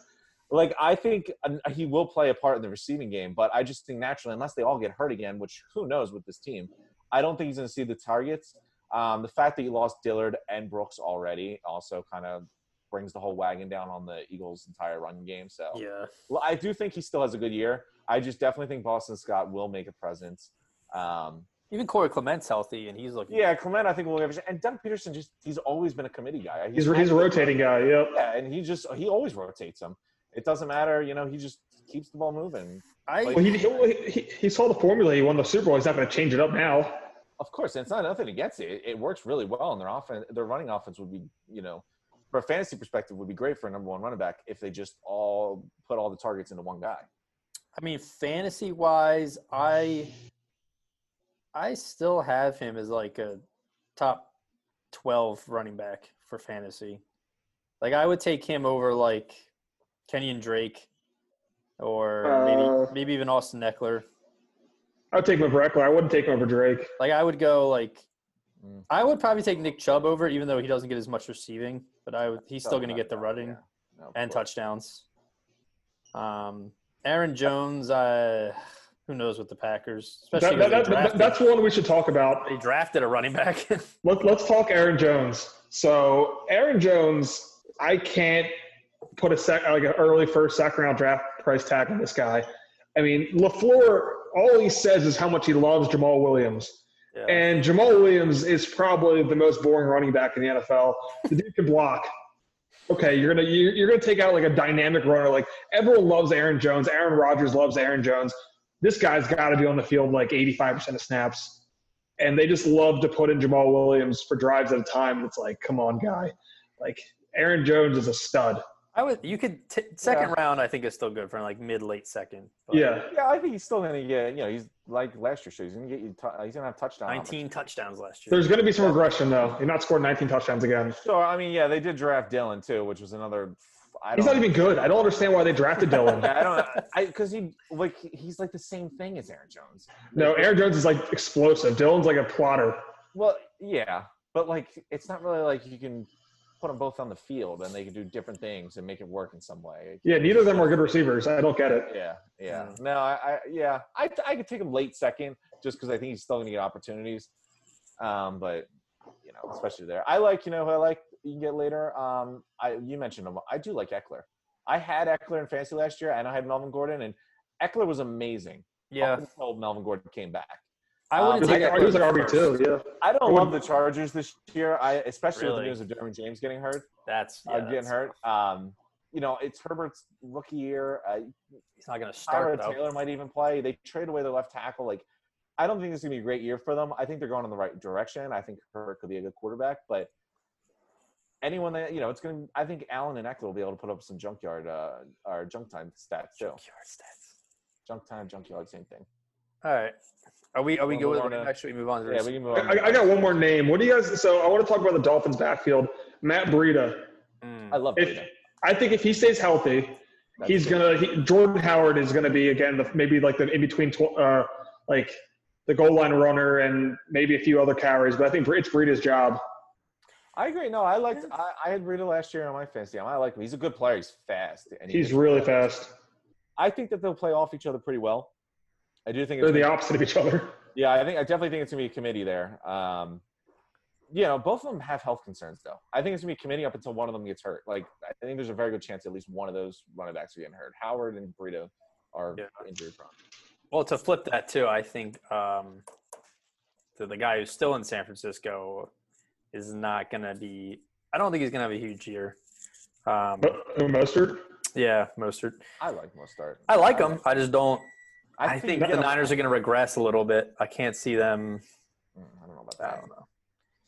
Speaker 2: like I think um, he will play a part in the receiving game, but I just think naturally, unless they all get hurt again, which who knows with this team, I don't think he's gonna see the targets. Um, the fact that you lost Dillard and Brooks already also kind of brings the whole wagon down on the Eagles' entire run game. So
Speaker 3: yeah.
Speaker 2: well, I do think he still has a good year. I just definitely think Boston Scott will make a presence. Um,
Speaker 3: Even Corey Clement's healthy and he's looking.
Speaker 2: yeah, Clement, I think will give a and Doug Peterson just he's always been a committee guy.
Speaker 1: He's, he's a rotating guy. Yep.
Speaker 2: Yeah, and he just he always rotates him. It doesn't matter, you know. He just keeps the ball moving.
Speaker 3: I
Speaker 1: Well, he, he, he, he saw the formula. He won the Super Bowl. He's not going to change it up now.
Speaker 2: Of course, and it's not nothing against it. It, it works really well, and their offense, their running offense would be, you know, from a fantasy perspective, would be great for a number one running back if they just all put all the targets into one guy.
Speaker 3: I mean, fantasy wise, I I still have him as like a top twelve running back for fantasy. Like I would take him over like Kenyon Drake or
Speaker 1: Uh.
Speaker 3: maybe maybe even Austin Eckler.
Speaker 1: I would take him over Eckler. I wouldn't take him over Drake.
Speaker 3: Like I would go like
Speaker 2: Mm.
Speaker 3: I would probably take Nick Chubb over, even though he doesn't get as much receiving, but I would, he's still going to get the running
Speaker 2: Yeah. No, of
Speaker 3: and
Speaker 2: course.
Speaker 3: touchdowns. Um, Aaron Jones, uh, who knows with the Packers, especially
Speaker 1: That,
Speaker 3: 'cause
Speaker 1: that,
Speaker 3: they
Speaker 1: that,
Speaker 3: drafted,
Speaker 1: that's one we should talk about.
Speaker 3: they drafted a running back.
Speaker 1: Let, let's talk Aaron Jones. So Aaron Jones, I can't put a sec like an early first second round draft price tag on this guy. I mean, Lafleur, all he says is how much he loves Jamal Williams,
Speaker 3: Yeah.
Speaker 1: and Jamal Williams is probably the most boring running back in the NFL. The dude can block. Okay, you're gonna you- you're gonna take out like a dynamic runner. Like everyone loves Aaron Jones. Aaron Rodgers loves Aaron Jones. This guy's got to be on the field like 85% of snaps and they just love to put in Jamal Williams for drives at a time. It's like, come on, guy. Like Aaron Jones is a stud.
Speaker 3: I would. You could t- second round. I think is still good for like mid late second. but
Speaker 1: Yeah.
Speaker 2: Yeah, I think he's still gonna get. You know, he's like last year. So he's gonna get you. tou- he's gonna have touchdown.
Speaker 3: nineteen touchdowns last year.
Speaker 1: There's going to be some regression though. You're not scoring 19 touchdowns again.
Speaker 2: So I mean, yeah, they did draft Dylan too, which was another f- I
Speaker 1: He's
Speaker 2: don't
Speaker 1: not even good. I don't understand why they drafted Dylan.
Speaker 2: Yeah, I don't. I because he like he's like the same thing as Aaron Jones.
Speaker 1: no, Aaron Jones is like explosive. Dylan's like a plotter.
Speaker 2: Well, yeah, but like it's not really like you can put them both on the field and they can do different things and make it work in some way.
Speaker 1: Yeah, neither of them are good receivers. I don't get it.
Speaker 2: Yeah, yeah.
Speaker 3: Mm.
Speaker 2: No, I, I yeah, I I could take him late second just because I think he's still going to get opportunities. Um, but you know, especially there, I like you know who I like you can get later. Um, I you mentioned him. I do like Eckler. I had Eckler in fantasy last year, and I had Melvin Gordon, and Eckler was amazing.
Speaker 3: Yeah,
Speaker 2: up until Melvin Gordon came back.
Speaker 3: I
Speaker 2: Um,
Speaker 1: He
Speaker 3: wouldn't
Speaker 1: was
Speaker 3: take
Speaker 1: like,
Speaker 3: Eckler
Speaker 1: he was like RB
Speaker 3: first.
Speaker 1: two. Yeah.
Speaker 2: I don't
Speaker 1: It
Speaker 2: love the
Speaker 1: wouldn't-
Speaker 2: Chargers this year. I especially
Speaker 3: Really?
Speaker 2: with the news of Derwin James getting hurt,
Speaker 3: That's yeah,
Speaker 2: uh, getting
Speaker 3: that's-
Speaker 2: hurt. Um, you know, it's Herbert's rookie year. Uh,
Speaker 3: He's not going to
Speaker 2: Tyrod
Speaker 3: start though.
Speaker 2: Taylor might even play. They trade away their left tackle. Like, I don't think this is gonna be a great year for them. I think they're going in the right direction. I think Herbert could be a good quarterback, but anyone that you know, it's gonna. I think Allen and Eckler will be able to put up some junkyard uh, or junk time stats too.
Speaker 3: Junkyard stats.
Speaker 2: Junk time, junkyard, same thing.
Speaker 3: All right. Are we are we
Speaker 2: Well,
Speaker 3: good
Speaker 2: we
Speaker 3: with
Speaker 2: wanna-
Speaker 3: running back? Should we move on to the
Speaker 2: Yeah,
Speaker 3: rest?
Speaker 2: we can move on.
Speaker 1: I, I got one more name. What do you guys? So I want to talk about the Dolphins backfield. Matt Breida.
Speaker 3: Mm.
Speaker 2: I love
Speaker 1: If
Speaker 2: Breida.
Speaker 1: I think if he stays healthy,
Speaker 2: That's
Speaker 1: he's gonna. He, Jordan Howard is gonna be again the, maybe like the in between, tw- uh, like the goal line runner and maybe a few other carries. But I think it's Breida's job.
Speaker 2: I agree. No, I liked. I, I had Rita last year on my fantasy. team. I like him. He's a good player. He's fast. And he
Speaker 1: He's
Speaker 2: can-
Speaker 1: really fast.
Speaker 2: I think that they'll play off each other pretty well. I do think.
Speaker 1: They're
Speaker 2: It's
Speaker 1: the
Speaker 2: gonna-
Speaker 1: opposite of each other.
Speaker 2: yeah, I think I definitely think it's gonna be a committee there. Um, you know, both of them have health concerns though. I think it's gonna be a committee up until one of them gets hurt. Like I think there's a very good chance at least one of those running backs are getting hurt. Howard and Burrito are
Speaker 3: Yeah.
Speaker 2: injury prone.
Speaker 3: Well, to flip that too, I think um, the, the guy who's still in San Francisco is not going to be. I don't think he's going to have a huge year. Um,
Speaker 1: But uh, Mostert.
Speaker 3: yeah, Mostert.
Speaker 2: I like Mostart.
Speaker 3: I like him. I just don't.
Speaker 2: I,
Speaker 3: I think
Speaker 1: that-
Speaker 3: the Niners are going to regress a little bit. I can't see them.
Speaker 2: Mm, I don't know about
Speaker 3: I
Speaker 2: that.
Speaker 3: don't know.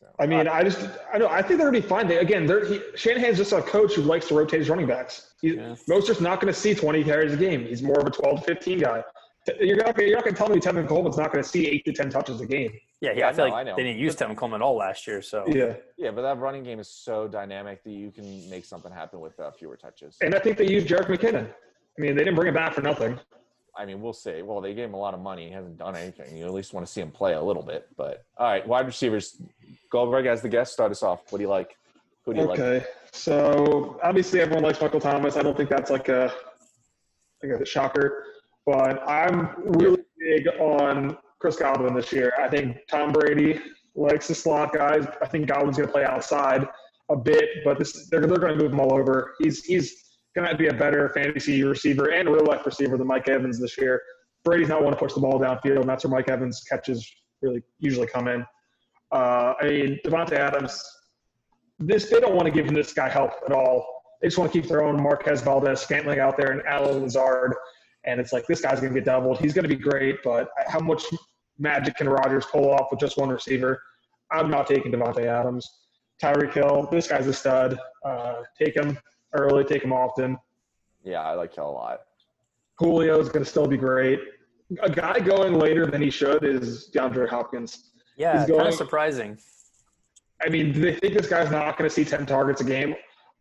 Speaker 2: So.
Speaker 1: I mean, I just I don't. I think they're gonna be fine. They, again, they're, he, Shanahan's just a coach who likes to rotate his running backs. He,
Speaker 3: Yeah.
Speaker 1: Mostert's not gonna see 20 carries a game. He's more of a 12 to 15 guy. T- You're not gonna- you're not gonna tell me Tevin Coleman's not gonna see eight to 10 touches a game.
Speaker 3: Yeah,
Speaker 2: Yeah,
Speaker 3: yeah I feel
Speaker 2: no, I
Speaker 3: like
Speaker 2: know.
Speaker 3: they didn't use Tevin Coleman at all last year. So
Speaker 1: Yeah.
Speaker 2: yeah, but that running game is so dynamic that you can make something happen with uh, fewer touches.
Speaker 1: And I think they used Jarek McKinnon. I mean, they didn't bring him back for nothing.
Speaker 2: I mean, we'll see. Well, they gave him a lot of money. He hasn't done anything. You at least want to see him play a little bit. But all right, wide receivers. Goldberg as the guest, start us off. What do you like? Who do you like?
Speaker 1: Okay. So obviously everyone likes Michael Thomas. I don't think that's like a like a shocker. But I'm really big on Chris Godwin this year. I think Tom Brady likes the slot guys. I think Godwin's gonna play outside a bit, but this, they're they're gonna move him all over. He's he's gonna be a better fantasy receiver and real life receiver than Mike Evans this year. Brady's not want to push the ball downfield, and that's where Mike Evans catches really usually come in. Uh, I mean, Devontae Adams, this they don't want to give this guy help at all. They just want to keep their own Marquez Valdez Scantling out there and Alan Lazard. And it's like this guy's going to get doubled. He's going to be great, but how much magic can Rodgers pull off with just one receiver? I'm not taking Devontae Adams. Tyreek Hill, this guy's a stud. Uh, take him early, take him often.
Speaker 2: Yeah, I like Hill a lot.
Speaker 1: Julio's going to still be great. A guy going later than he should is DeAndre Hopkins.
Speaker 3: yeah,
Speaker 1: He's
Speaker 3: kind
Speaker 1: going-
Speaker 3: of surprising.
Speaker 1: I mean, do they think this guy's not going to see 10 targets a game?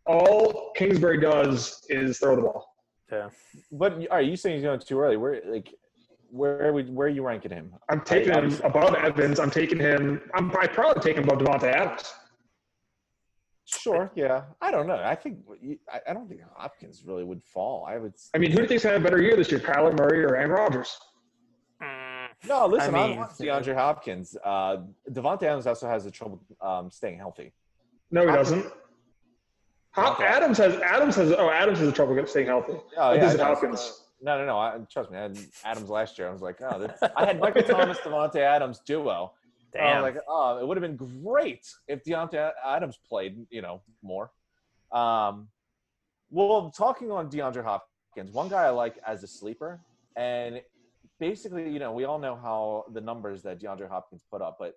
Speaker 1: All Kingsbury does is throw the ball.
Speaker 3: Yeah,
Speaker 2: But all right, you saying he's going too early? Where like, where are we, where are you ranking him?
Speaker 1: I'm taking
Speaker 2: I-
Speaker 1: him above Evans. I'm taking him. I'm I probably take him above Devontae Adams.
Speaker 2: Sure. Yeah. I don't know. I think I, I don't think Hopkins really would fall. I would.
Speaker 1: I mean, who do you think's gonna have a better year this year, Kyler Murray or Aaron Rodgers?
Speaker 2: No, listen. I,
Speaker 3: mean-
Speaker 2: want DeAndre Hopkins. Uh, Devontae Adams also has the trouble um, staying healthy.
Speaker 1: No, he
Speaker 2: Hopkins-
Speaker 1: doesn't. Hop,
Speaker 2: Okay.
Speaker 1: Adams has Adams has oh Adams has trouble getting staying healthy.
Speaker 2: Oh,
Speaker 1: Like,
Speaker 2: yeah,
Speaker 1: this is
Speaker 2: I know.
Speaker 1: Hopkins.
Speaker 2: No, no, no. I, trust me. I had Adams last year. I was like, oh, this, I had Michael Thomas, Devontae Adams duo. I
Speaker 3: damn.
Speaker 2: was like, oh, it would have been great if Deontay Adams played, you know, more. Um, well, talking on DeAndre Hopkins, one guy I like as a sleeper, and basically, you know, we all know how the numbers that DeAndre Hopkins put up, but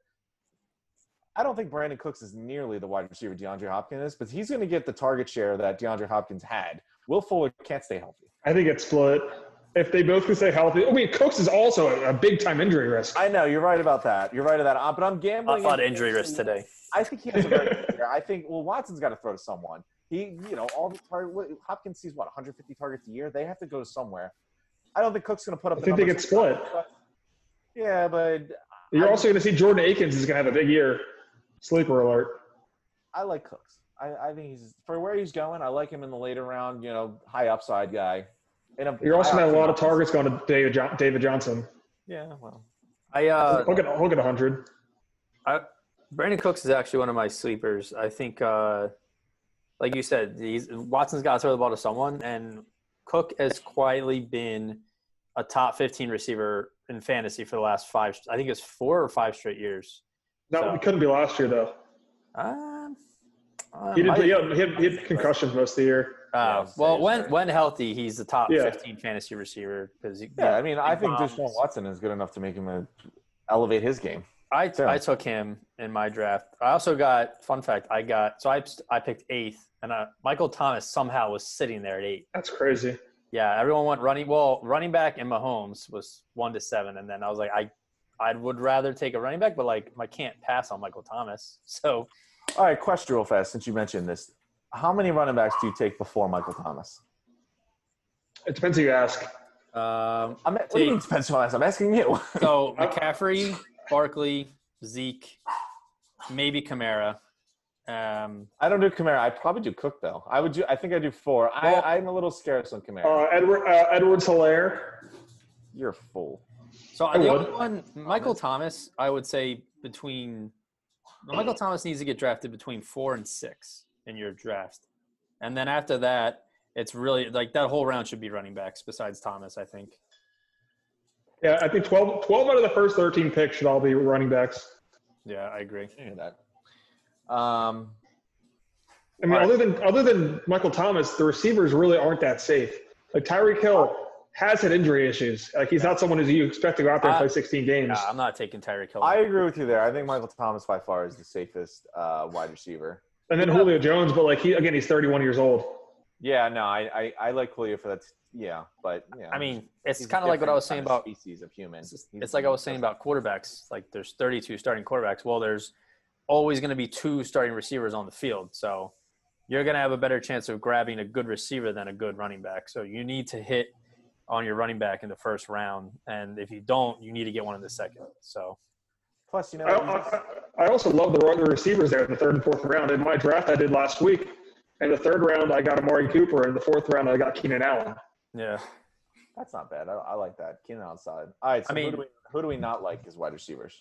Speaker 2: I don't think Brandon Cooks is nearly the wide receiver DeAndre Hopkins is, but he's going to get the target share that DeAndre Hopkins had. Will Fuller can't stay healthy.
Speaker 1: I think it's split. If they both can stay healthy, I mean, Cooks is also a, a big time injury risk.
Speaker 2: I know you're right about that. You're right about that. Uh, But I'm
Speaker 3: I
Speaker 2: gambling.
Speaker 3: thought
Speaker 2: in-
Speaker 3: injury risk today.
Speaker 2: I think he has a very good year. I think well, Watson's got to throw to someone, He, you know, all the target. What, Hopkins sees what 150 targets a year. They have to go somewhere. I don't think Cook's going to put up.
Speaker 1: I
Speaker 2: the
Speaker 1: think they get
Speaker 2: numbers.
Speaker 1: split.
Speaker 2: Yeah, but
Speaker 1: You're
Speaker 2: I-
Speaker 1: also going to see Jordan Akins is going to have a big year. Sleeper alert.
Speaker 2: I like Cooks. I, I think he's for where he's going. I like him in the later round. You know, high upside guy. And a-
Speaker 1: You're also
Speaker 2: high
Speaker 1: going to have a lot of
Speaker 2: upside.
Speaker 1: targets going to David, jo- David Johnson.
Speaker 3: Yeah, well, I uh,
Speaker 1: he'll, get, he'll get 100.
Speaker 3: Brandon Cooks is actually one of my sleepers. I think, uh, like you said, these, Watson's got to throw the ball to someone, and Cook has quietly been a top 15 receiver in fantasy for the last five. I think it's four or five straight years.
Speaker 1: No,
Speaker 3: So-
Speaker 1: it couldn't be last year though.
Speaker 3: Um, uh,
Speaker 1: He did.
Speaker 3: might-
Speaker 1: He had, he had, he had concussions most of the year.
Speaker 3: uh,
Speaker 2: Yeah,
Speaker 3: well,
Speaker 2: same,
Speaker 3: when
Speaker 2: same.
Speaker 3: when healthy, he's the top
Speaker 1: Yeah.
Speaker 3: 15 fantasy receiver because
Speaker 2: Yeah, I mean, I think
Speaker 3: Bombs.
Speaker 2: Deshaun Watson is good enough to make him a, elevate his game.
Speaker 3: I,
Speaker 2: Yeah.
Speaker 3: I took him in my draft. I also got fun fact. I got so I I picked eighth, and uh, Michael Thomas somehow was sitting there at eight.
Speaker 1: That's crazy.
Speaker 3: Yeah, everyone went running. Well, running back and Mahomes was one to seven, and then I was like, I I would rather take a running back, but like I can't pass on Michael Thomas. So
Speaker 2: All right, question real fast since you mentioned this. How many running backs do you take before Michael Thomas?
Speaker 1: It depends who you ask.
Speaker 3: um,
Speaker 2: I'm, what do you mean depends on us? I'm asking you.
Speaker 3: so McCaffrey, Barkley, Zeke, maybe Kamara. Um,
Speaker 2: I don't do Kamara. I probably do Cook though. I would do. I think I do four.
Speaker 3: Well-
Speaker 2: I, I'm a little scarce on Kamara.
Speaker 1: Uh, Edward uh, Edwards Hilaire.
Speaker 2: You're a fool.
Speaker 3: So
Speaker 1: I
Speaker 3: the
Speaker 1: would.
Speaker 3: only one, Michael Thomas, I would say between Michael Thomas needs to get drafted between four and six in your draft, and then after that, it's really like that whole round should be running backs besides Thomas. I think.
Speaker 1: Yeah, I think 12, 12 out of the first thirteen picks should all be running backs.
Speaker 3: Yeah, I agree.
Speaker 2: I knew that. Um,
Speaker 1: I mean,
Speaker 2: All right.
Speaker 1: other than other than Michael Thomas, the receivers really aren't that safe. Like Tyreek Hill has had injury issues. Like he's not someone who you expect to go out there and
Speaker 3: Uh,
Speaker 1: play 16 games.
Speaker 3: Nah, I'm not taking Tyreek Hill.
Speaker 2: I agree with you there. I think Michael Thomas by far is the safest uh, wide receiver.
Speaker 1: and then Julio Jones, but like he again, he's 31 years old.
Speaker 2: Yeah, no, I I, I like Julio for that. Yeah, but yeah,
Speaker 3: I mean, it's
Speaker 2: he's a
Speaker 3: kind of like what I
Speaker 2: different
Speaker 3: was saying
Speaker 2: kinda
Speaker 3: about.
Speaker 2: species of human.
Speaker 3: It's,
Speaker 2: He's-
Speaker 3: it's like I was saying about quarterbacks. Like there's 32 starting quarterbacks. Well, there's always going to be two starting receivers on the field. So you're going to have a better chance of grabbing a good receiver than a good running back. So you need to hit on your running back in the first round, and if you don't, you need to get one in the second. So
Speaker 2: Plus, you know,
Speaker 1: I, I, I also love the the receivers there in the third and fourth round. In my draft, I did last week. In the third round, I got Amari Cooper. In the fourth round, I got Keenan Allen.
Speaker 3: yeah,
Speaker 2: that's not bad. I, I like that. Keenan on solid. All right. So
Speaker 3: mean-
Speaker 2: who do, we, who do we not like as wide receivers?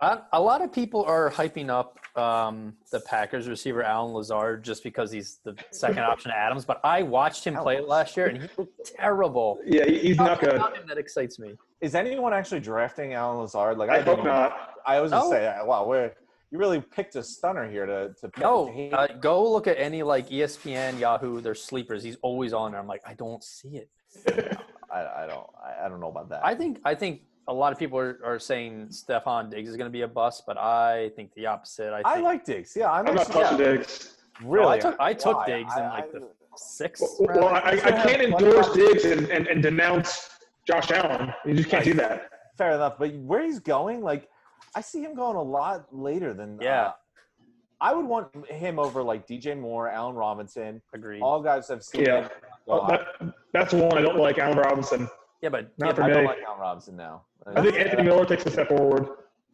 Speaker 3: I, a lot of people are hyping up um, the Packers receiver Alan Lazard just because he's the second option to Adams. But I watched him play last year, and he looked terrible.
Speaker 1: Yeah, he, he's not good.
Speaker 3: About him that excites me.
Speaker 2: Is anyone actually drafting Alan Lazard? Like
Speaker 1: I
Speaker 2: don't
Speaker 1: hope
Speaker 2: know.
Speaker 1: not.
Speaker 2: I was
Speaker 3: No.
Speaker 2: gonna say, wow, where you really picked a stunner here to to pick
Speaker 3: No,
Speaker 2: Kane.
Speaker 3: uh, go look at any like E ESPN, Yahoo. They're sleepers. He's always on there. I'm like, I don't see it.
Speaker 2: I, I don't. I, I don't know about that.
Speaker 3: I think I think a lot of people are, are saying Stefan Diggs is going to be a bust, but I think the opposite. I, think,
Speaker 2: I like Diggs. Yeah, I'm,
Speaker 1: I'm not
Speaker 2: actually- yeah,
Speaker 1: touching Diggs.
Speaker 2: Really,
Speaker 3: I took- I took
Speaker 2: Why?
Speaker 3: Diggs in, like, the- six.
Speaker 1: Well, Well, I, I
Speaker 2: He's gonna
Speaker 1: can't
Speaker 2: have
Speaker 1: endorse
Speaker 2: 25
Speaker 1: Diggs and, and, and denounce Josh Allen. You just can't do that.
Speaker 2: fair enough. But where he's going, like, I see him going a lot later than.
Speaker 3: Yeah.
Speaker 2: uh, I would want him over like DJ Moore, Allen Robinson,
Speaker 3: Agreed.
Speaker 2: all guys I've seen.
Speaker 1: Yeah.
Speaker 2: Go
Speaker 1: That, that's one I don't like, Allen Robinson.
Speaker 3: yeah, but
Speaker 1: Not
Speaker 3: yeah,
Speaker 1: for
Speaker 2: I don't
Speaker 1: me.
Speaker 2: like Allen Robinson now.
Speaker 1: I think Anthony Miller takes a step forward.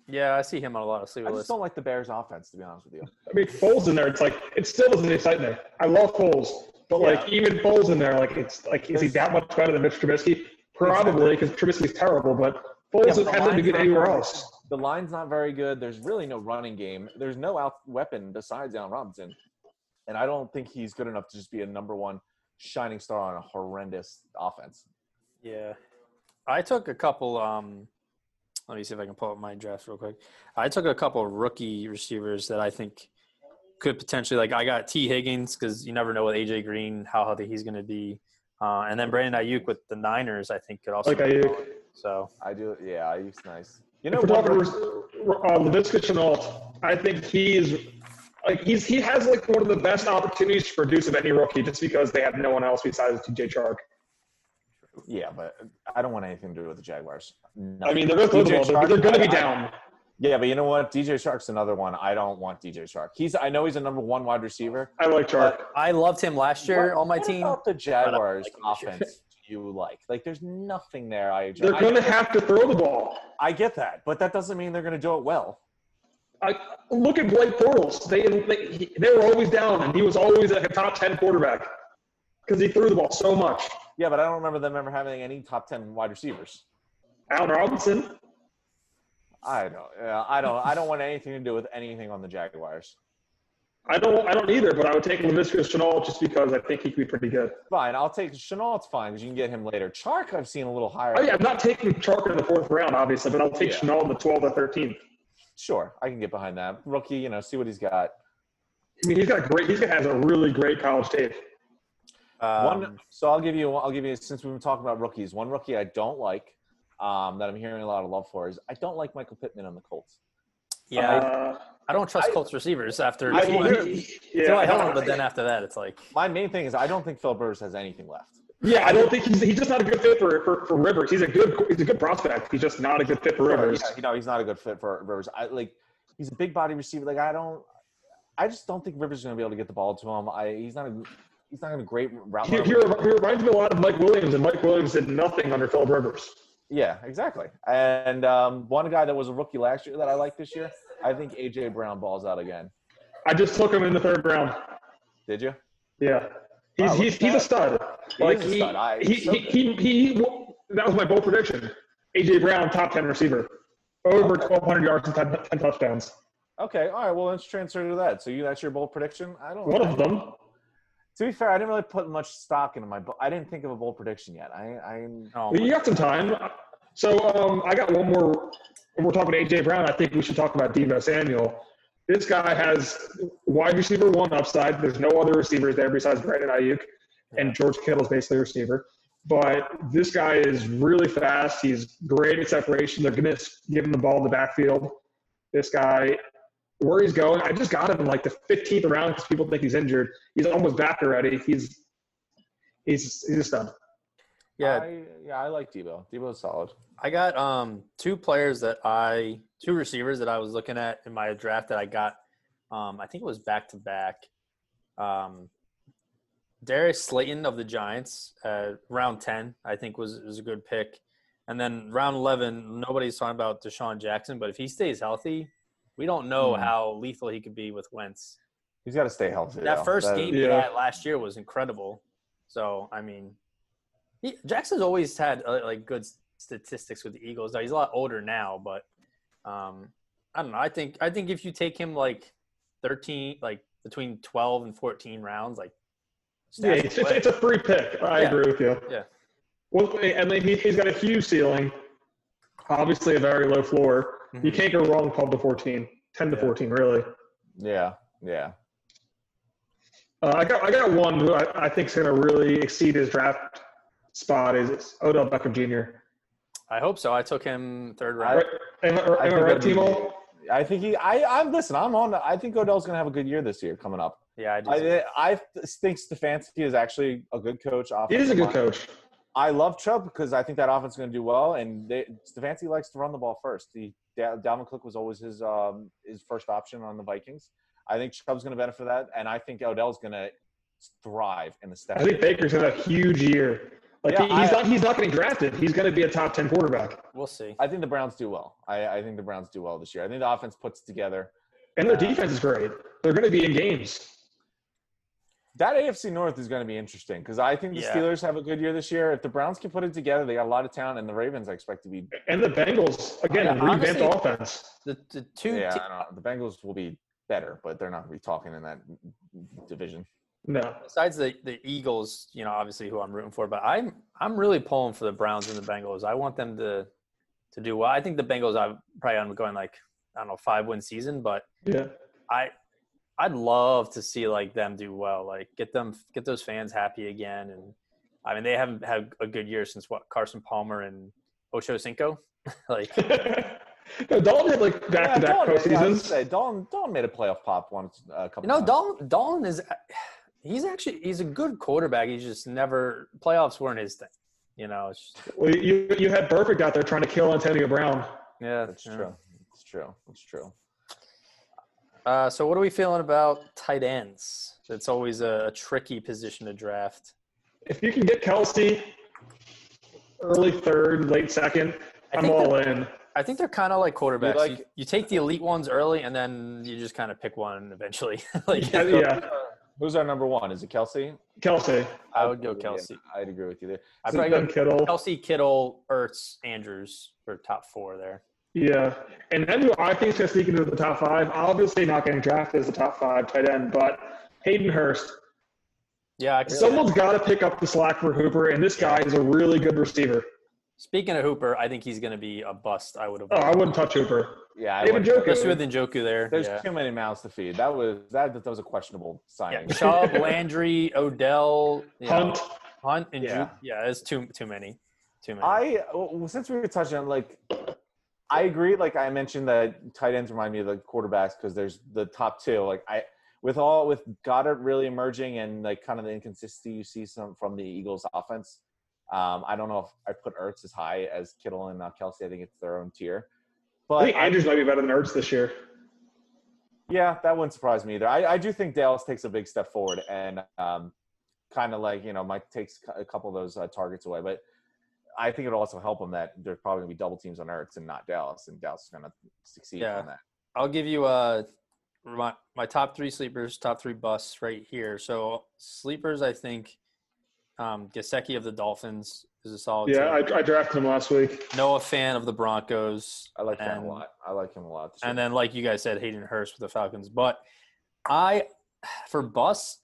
Speaker 3: yeah, I see him on a lot of
Speaker 2: I
Speaker 3: sleeper
Speaker 2: just
Speaker 3: lists.
Speaker 2: don't like the Bears' offense, to be honest with you.
Speaker 1: I mean, Foles in there, it's like, it still doesn't excite me. I love Foles, but like, even Foles in there, like, it's like, is he that much better than Mitch Trubisky? Probably, because Trubisky's terrible, but Foles
Speaker 2: Yeah, but
Speaker 1: hasn't
Speaker 2: the
Speaker 1: been
Speaker 2: line's
Speaker 1: good
Speaker 2: not
Speaker 1: anywhere
Speaker 2: very
Speaker 1: else.
Speaker 2: The line's not very good. There's really no running game. There's no out weapon besides Allen Robinson, and I don't think he's good enough to just be a number one shining star on a horrendous offense.
Speaker 3: Yeah, I took a couple. Um, let me see if I can pull up my drafts real quick. I took a couple rookie receivers that I think could potentially like. I got T Higgins because you never know with AJ Green how healthy he's going to be, uh, and then Brandon Ayuk with the Niners I think could also.
Speaker 1: Like,
Speaker 3: be
Speaker 1: I,
Speaker 3: solid. So
Speaker 2: I do. Yeah, I use nice. You know,
Speaker 1: If we're
Speaker 2: one
Speaker 1: talking
Speaker 2: rookie-
Speaker 1: uh, LaVisca Chenault, I think he's like he's he has like one of the best opportunities to produce of any rookie just because they have no one else besides TJ Chark.
Speaker 2: Yeah, but I don't want anything to do with the Jaguars.
Speaker 1: I mean, they're both
Speaker 2: TJ
Speaker 1: livable. They're,
Speaker 2: Chark-
Speaker 1: they're going to
Speaker 2: I-
Speaker 1: be
Speaker 2: I-
Speaker 1: down.
Speaker 2: Yeah, but you know what? DJ Shark's another one. I don't want DJ Shark. He's I know he's a number one wide receiver.
Speaker 1: I like Chark.
Speaker 3: I loved him last year
Speaker 2: What-
Speaker 3: on my
Speaker 2: what
Speaker 3: team.
Speaker 2: About the Jaguars
Speaker 3: But I like him this year.
Speaker 2: offense, do you like? Like, there's nothing there. I
Speaker 1: They're
Speaker 2: I-
Speaker 1: going to have to throw the ball.
Speaker 2: I get that, but that doesn't mean they're going to do it well.
Speaker 1: I look at Blake Bortles. They they, he, they were always down, and he was always like a top ten quarterback because he threw the ball so much.
Speaker 2: Yeah, but I don't remember them ever having any top ten wide receivers.
Speaker 1: Allen Robinson.
Speaker 2: I don't. Yeah, I don't. I don't want anything to do with anything on the Jaguars.
Speaker 1: I don't. I don't either. But I would take Lavisca Chenault just because I think he could be pretty good.
Speaker 2: Fine, I'll take Chenault. It's fine because you can get him later. Chark, I've seen a little higher.
Speaker 3: Oh,
Speaker 1: I mean, I'm not taking Chark in the fourth round, obviously, but I'll take
Speaker 2: Yeah.
Speaker 1: Chenault in the 12th or 13th.
Speaker 2: Sure, I can get behind that rookie. You know, see what he's got.
Speaker 1: I mean, he's got great. He's has a really great college tape.
Speaker 2: one.
Speaker 3: Um,
Speaker 2: So I'll give you. I'll give you. Since we've been talking about rookies, one rookie I don't like um, that I'm hearing a lot of love for is I don't like Michael Pittman on the Colts.
Speaker 3: yeah,
Speaker 1: Uh,
Speaker 3: I don't trust
Speaker 2: I-
Speaker 3: Colts receivers after
Speaker 2: I-
Speaker 3: Tua.
Speaker 2: he-
Speaker 1: yeah,
Speaker 3: Tua
Speaker 1: I
Speaker 3: held
Speaker 1: don't-
Speaker 3: him, but then after that, it's like
Speaker 2: My main thing is I don't think Phil Burrs has anything left.
Speaker 1: yeah, I don't think he's he's just not a good fit for, for, for Rivers. He's a good he's a good prospect. He's just not a good fit for Rivers.
Speaker 2: Yeah, you know, he's not a good fit for Rivers. I like he's a big body receiver. Like I don't I just don't think Rivers is gonna be able to get the ball to him. I he's not a he's not a great route.
Speaker 1: He,
Speaker 2: runner.
Speaker 1: he, rem- he reminds me a lot of Mike Williams, and Mike Williams did nothing under Philip Rivers.
Speaker 2: Yeah, exactly. And um, one guy that was a rookie last year that I like this year, I think AJ Brown balls out again.
Speaker 1: I just took him in the third round.
Speaker 2: Did you?
Speaker 1: Yeah. He's,
Speaker 2: Wow,
Speaker 1: he's,
Speaker 2: look at
Speaker 1: he's a stud.
Speaker 2: He
Speaker 1: like
Speaker 2: is a
Speaker 1: he,
Speaker 2: stud. I-
Speaker 1: he,
Speaker 2: he's so
Speaker 1: he, he, he, that was my bold prediction. AJ Brown, top 10 receiver. Over 1,200 yards and 10, 10 touchdowns.
Speaker 2: Okay, all right. Well, let's transfer to that. So you that's your bold prediction. I don't.
Speaker 1: One of them.
Speaker 2: To be fair, I didn't really put much stock into my. bo- I didn't think of a bold prediction yet. I. I
Speaker 3: oh,
Speaker 1: You got some time. So um, I got one more. When we're talking to AJ Brown, I think we should talk about Debo Samuel. This guy has wide receiver one upside. There's no other receivers there besides Brandon Ayuk, and George Kittle's basically a receiver. But this guy is really fast. He's great at separation. They're going to give him the ball in the backfield. This guy, where he's going, I just got him in like the 15th round because people think he's injured. He's almost back already. He's he's he's a stud.
Speaker 3: yeah,
Speaker 2: I, yeah, I like Debo. Debo's solid.
Speaker 3: I got um two players that I two receivers that I was looking at in my draft that I got um I think it was back to back. Um Darius Slayton of the Giants, uh, round ten, I think was was a good pick. And then round eleven, nobody's talking about Deshaun Jackson, but if he stays healthy, we don't know
Speaker 2: Hmm.
Speaker 3: how lethal he could be with Wentz.
Speaker 2: He's got to stay healthy.
Speaker 3: That
Speaker 2: though.
Speaker 3: first
Speaker 2: That-
Speaker 3: game he
Speaker 1: Yeah.
Speaker 3: had last year was incredible. So I mean, he, Jackson's always had uh, like good s- statistics with the Eagles. Now he's a lot older now, but um, I don't know. I think I think if you take him like thirteen, like between twelve and fourteen rounds, like
Speaker 1: Yeah, it's,
Speaker 3: stash him
Speaker 1: it's,
Speaker 3: away.
Speaker 1: it's a free pick. I
Speaker 3: Yeah.
Speaker 1: agree with you.
Speaker 3: Yeah.
Speaker 1: Well, and then he, he's got a huge ceiling. Obviously, a very low floor. You
Speaker 3: Mhm.
Speaker 1: can't go wrong 12 to 14, 10 to
Speaker 2: Mm-hmm. Yeah.
Speaker 1: 14, really.
Speaker 2: Yeah, yeah.
Speaker 1: Uh, I got I got one who I, I think is going to really exceed his draft spot is Odell Beckham Jr.
Speaker 3: I hope so. I took him third round.
Speaker 1: Right? Am I, am I
Speaker 2: think
Speaker 1: right,
Speaker 2: that'd be-
Speaker 1: uh, Timo?
Speaker 2: I think he. I. I'm. Listen. I'm on. I think Odell's gonna have a good year this year coming up.
Speaker 3: yeah, I do. too.
Speaker 2: I. I think Stefanski is actually a good coach.
Speaker 1: He is a good
Speaker 2: offensive line.
Speaker 1: coach.
Speaker 2: I love Chubb because I think that offense is gonna do well, and they, Stefanski likes to run the ball first. The Da- Dalvin Cook was always his um his first option on the Vikings. I think Chubb's gonna benefit from that, and I think Odell's gonna thrive in the
Speaker 1: I
Speaker 2: stats.
Speaker 1: think Baker's going to have a huge year. Like
Speaker 2: Yeah,
Speaker 1: he, he's
Speaker 2: I-
Speaker 1: not he's not going to be drafted. He's going to be a top 10 quarterback.
Speaker 3: We'll see.
Speaker 2: I think the Browns do well. I, I think the Browns do well this year. I think the offense puts together.
Speaker 1: And their defense is great. They're going to be in games.
Speaker 2: That AFC North is going to be interesting because I think the
Speaker 3: Yeah.
Speaker 2: Steelers have a good year this year. If the Browns can put it together, they got a lot of talent, and the Ravens I expect to be.
Speaker 1: And the Bengals, again,
Speaker 3: Yeah,
Speaker 1: revamped
Speaker 3: honestly-
Speaker 1: offense.
Speaker 3: The, the two
Speaker 2: Yeah,
Speaker 3: te-
Speaker 2: I don't, the Bengals will be better, but they're not going to be talking in that division.
Speaker 1: No.
Speaker 3: besides the, the Eagles, you know, obviously who I'm rooting for, but I'm I'm really pulling for the Browns and the Bengals. I want them to to do well. I think the Bengals I'm probably on going like I don't know, five win season, but
Speaker 1: Yeah.
Speaker 3: I I'd love to see like them do well. Like get them get those fans happy again and I mean they haven't had a good year since what Carson Palmer and Ocho Cinco. like
Speaker 1: no, Dalton had like back to back
Speaker 2: Dalton, I would
Speaker 1: postseasons.
Speaker 2: say Dalton, Dalton made a playoff pop once uh, a couple.
Speaker 3: you know,
Speaker 2: times.
Speaker 3: Dalton Dalton is he's actually he's a good quarterback. He's just never playoffs weren't his thing. You know, it's just,
Speaker 1: Well, you, you had Perfect out there trying to kill Antonio Brown.
Speaker 3: yeah,
Speaker 2: That's
Speaker 3: yeah.
Speaker 2: true. It's true. It's true.
Speaker 3: Uh, so what are we feeling about tight ends? It's always a, a tricky position to draft.
Speaker 1: If you can get Kelsey early third, late second,
Speaker 3: I
Speaker 1: I'm
Speaker 3: think
Speaker 1: all in.
Speaker 3: I think they're kind of like quarterbacks. You,
Speaker 2: like-
Speaker 3: you take the elite ones early, and then you just kind of pick one eventually. like
Speaker 1: Yeah, yeah.
Speaker 2: Who's our number one? Is it Kelsey?
Speaker 1: Kelsey,
Speaker 3: I would go
Speaker 2: agree with you.
Speaker 3: Kelsey.
Speaker 2: I'd agree with you there.
Speaker 3: I
Speaker 1: so
Speaker 3: probably
Speaker 1: then
Speaker 3: go
Speaker 1: Kittle.
Speaker 3: Kelsey, Kittle, Ertz, Andrews for top four there.
Speaker 1: Yeah. And then who I think is going to sneak into the top five, obviously not getting drafted as a top five tight end, but Hayden Hurst.
Speaker 3: Yeah, I can see that.
Speaker 1: Someone's got to pick up the slack for Hooper, and this guy is a really good receiver.
Speaker 3: Speaking of Hooper, I think he's going to be a bust. I would have.
Speaker 1: Oh, I wouldn't touch Hooper.
Speaker 2: Yeah, I
Speaker 1: David
Speaker 2: went-
Speaker 1: Joku.
Speaker 3: especially with Njoku there.
Speaker 2: There's
Speaker 3: yeah.
Speaker 2: too many mouths to feed. That was that. That was a questionable
Speaker 3: Yeah,
Speaker 2: signing.
Speaker 3: Chubb, Landry, Odell, you know,
Speaker 1: Hunt.
Speaker 3: Hunt, and yeah.
Speaker 2: Yeah.
Speaker 3: yeah, there's too too many, too many.
Speaker 2: I well, since we were touching on like, I agree. Like I mentioned that tight ends remind me of the quarterbacks because there's the top two. Like I with all with Goddard really emerging and like kind of the inconsistency you see some from the Eagles offense. Um, I don't know if I put Ertz as high as Kittle and uh, Kelsey. I think it's their own tier. But
Speaker 1: I think
Speaker 2: I-
Speaker 1: Andrews might be better than Ertz this year.
Speaker 2: Yeah, that wouldn't surprise me either. I, I do think Dallas takes a big step forward and um, kind of like, you know, Mike takes c- a couple of those uh, targets away. But I think it'll also help him that there's probably going to be double teams on Ertz and not Dallas, and Dallas is going to succeed
Speaker 3: Yeah.
Speaker 2: from that.
Speaker 3: I'll give you uh my my top three sleepers, top three busts right here. So sleepers, I think um Gasecki of the Dolphins is a solid.
Speaker 1: Yeah,
Speaker 3: take.
Speaker 1: I, I drafted him last week.
Speaker 3: Noah fan of the Broncos,
Speaker 2: I like him
Speaker 3: And-
Speaker 2: a lot. I like him a lot. this
Speaker 3: and
Speaker 2: year.
Speaker 3: then like you guys said, Hayden Hurst with the Falcons. But I for bus,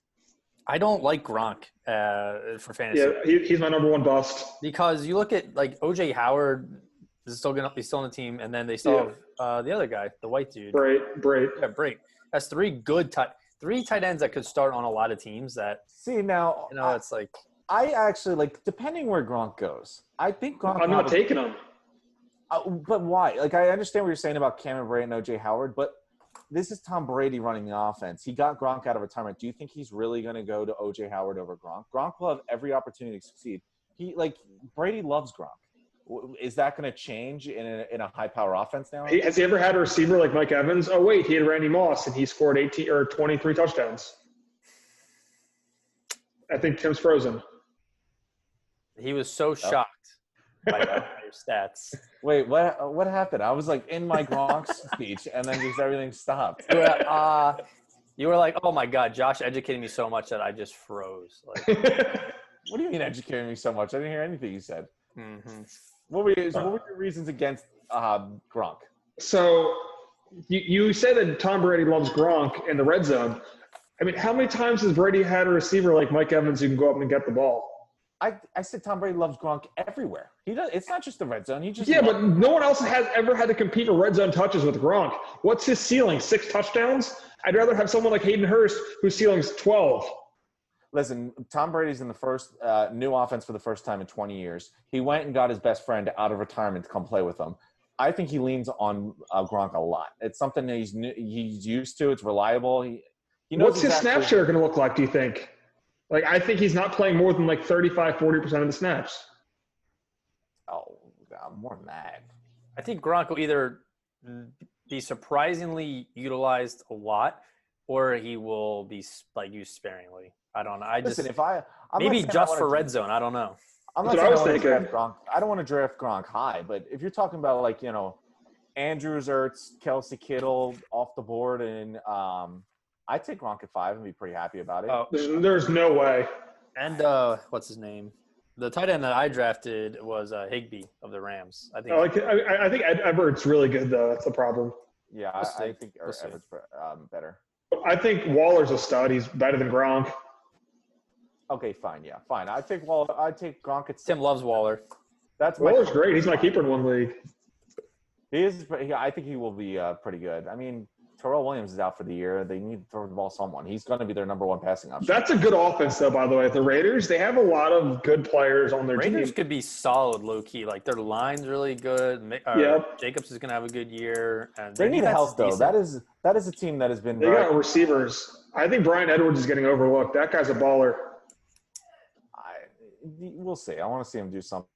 Speaker 3: I don't like Gronk uh, for fantasy.
Speaker 1: Yeah, he, he's my number one bust.
Speaker 3: because you look at like OJ Howard is still gonna be still on the team, and then they still
Speaker 1: Yeah.
Speaker 3: have uh, the other guy, the white dude.
Speaker 1: Great, great.
Speaker 3: Yeah, break. That's three good tight three tight ends that could start on a lot of teams. That
Speaker 2: See, now,
Speaker 3: you know, it's like
Speaker 2: I, I actually like, depending where Gronk goes, I think Gronk.
Speaker 1: I'm not
Speaker 2: probably-
Speaker 1: taking him.
Speaker 2: Uh, but why? Like, I understand what you're saying about Cameron Bray and OJ Howard, but this is Tom Brady running the offense. He got Gronk out of retirement. Do you think he's really going to go to OJ Howard over Gronk? Gronk will have every opportunity to succeed. He like Brady loves Gronk. W- Is that going to change in a, in a high power offense now?
Speaker 1: He, has he ever had a receiver like Mike Evans? Oh wait, he had Randy Moss, and he scored 18 or 23 touchdowns. I think Tim's frozen.
Speaker 3: he was so shocked by their stats.
Speaker 2: Wait, what what happened? I was like in my Gronk speech, and then just everything stopped.
Speaker 3: You were, uh, you were like, oh my god, Josh educated me so much that I just froze. Like,
Speaker 2: What do you mean educating me so much? I didn't hear anything you said.
Speaker 3: mhm.
Speaker 2: What were your, what were your reasons against uh, Gronk?
Speaker 1: so you, you say that Tom Brady loves Gronk in the red zone. I mean, how many times has Brady had a receiver like Mike Evans who can go up and get the ball?
Speaker 2: I, I said Tom Brady loves Gronk everywhere. He does. It's not just the red zone. He just
Speaker 1: Yeah, but no one else has ever had to compete for red zone touches with Gronk. What's his ceiling? Six touchdowns? I'd rather have someone like Hayden Hurst whose ceiling's 12.
Speaker 2: listen. Tom Brady's in the first uh, new offense for the first time in 20 years. He went and got his best friend out of retirement to come play with him. I think he leans on uh, Gronk a lot. It's something that he's new, he's used to. It's reliable. He, he knows
Speaker 1: What's his snap
Speaker 2: exactly-
Speaker 1: share going to look like, do you think? Like, I think he's not playing more than like 35, 40% of the snaps.
Speaker 2: Oh, God, more than that.
Speaker 3: I think Gronk will either be surprisingly utilized a lot, or he will be s- like used sparingly. I don't know. I just
Speaker 2: Listen, if I I'm not
Speaker 3: maybe
Speaker 2: saying I
Speaker 3: just
Speaker 2: wanna
Speaker 3: for
Speaker 2: do-
Speaker 3: red zone. I don't know.
Speaker 2: I'm not
Speaker 1: That's
Speaker 2: saying
Speaker 1: what
Speaker 2: I,
Speaker 1: I
Speaker 2: want
Speaker 1: was
Speaker 2: to draft Gronk. I don't want to draft Gronk high, but if you're talking about like you know, Andrews, Ertz, Kelsey Kittle off the board, and um, I take Gronk at five and be pretty happy about it.
Speaker 3: Oh,
Speaker 1: There's, there's no way.
Speaker 3: and uh, what's his name? The tight end that I drafted was uh, Higby of the Rams. I think.
Speaker 1: I, like, I, I think Ed Everett's really good, though. That's the problem.
Speaker 2: yeah,
Speaker 3: we'll
Speaker 2: I, I
Speaker 3: see.
Speaker 2: think
Speaker 3: We'll
Speaker 2: Ertz
Speaker 3: see.
Speaker 2: Everett's pre- um, better.
Speaker 1: I think Waller's a stud. He's better than Gronk.
Speaker 2: Okay, fine, yeah, fine. I take well, I take Gronk at six.
Speaker 3: Tim loves Waller.
Speaker 2: That's my.
Speaker 1: Waller's great. He's my keeper in one league.
Speaker 2: He is. but he- I think he will be uh, pretty good. I mean, Terrell Williams is out for the year. They need to throw the ball someone. He's going to be their number one passing option.
Speaker 1: That's a good offense, though, by the way. The Raiders, they have a lot of good players on their
Speaker 3: Raiders
Speaker 1: team.
Speaker 3: could be solid low key. Like their line's really good. Ma- Uh,
Speaker 1: Yep.
Speaker 3: Jacobs is gonna have a good year. And
Speaker 2: They need
Speaker 3: defense
Speaker 2: help
Speaker 3: is
Speaker 2: though.
Speaker 3: decent.
Speaker 2: That is that is a team that has been.
Speaker 1: They
Speaker 2: very-
Speaker 1: got receivers. I think Brian Edwards is getting overlooked. That guy's a baller.
Speaker 2: I, we'll see. I want to see him do something.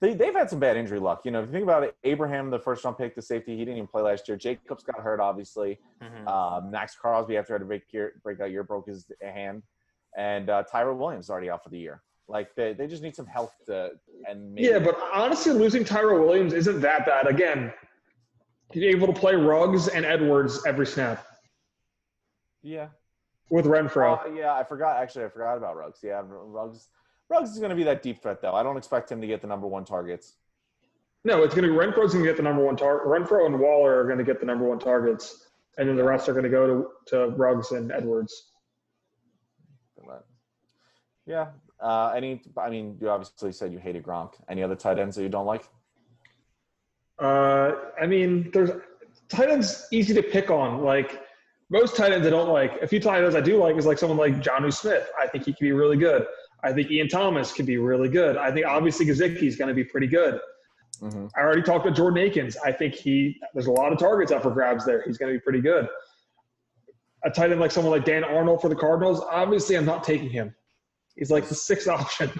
Speaker 2: They, they've had some bad injury luck. You know, if you think about it, Abraham, the first round pick, the safety, he didn't even play last year. Jacobs got hurt, obviously.
Speaker 3: Mhm.
Speaker 2: Um, Max Crosby, after he had a break year, breakout year, broke his hand. And uh, Tyra Williams already out for the year. Like, they, they just need some help to. And maybe,
Speaker 1: Yeah, but honestly, losing Tyro Williams isn't that bad. Again, he's able to play Ruggs and Edwards every snap
Speaker 2: Yeah.
Speaker 1: with Renfro.
Speaker 2: Uh, yeah, I forgot. Actually, I forgot about Ruggs. Yeah, Ruggs. Ruggs is going to be that deep threat, though. I don't expect him to get the number one targets.
Speaker 1: No, it's going to Renfro's going to get the number one target. Renfro and Waller are going to get the number one targets, and then the rest are going to go to to Ruggs and Edwards.
Speaker 2: But, yeah. Uh, any? I mean, you obviously said you hated Gronk. Any other tight ends that you don't like?
Speaker 1: Uh, I mean, there's tight ends easy to pick on. Like most tight ends, I don't like. A few tight ends I do like is like someone like Johnu Smith. I think he could be really good. I think Ian Thomas could be really good. I think obviously Gazicki's going to be pretty good.
Speaker 2: Mhm.
Speaker 1: I already talked about Jordan Akins. I think he there's a lot of targets up for grabs there. He's going to be pretty good. A tight end like someone like Dan Arnold for the Cardinals. Obviously, I'm not taking him. He's like the sixth option.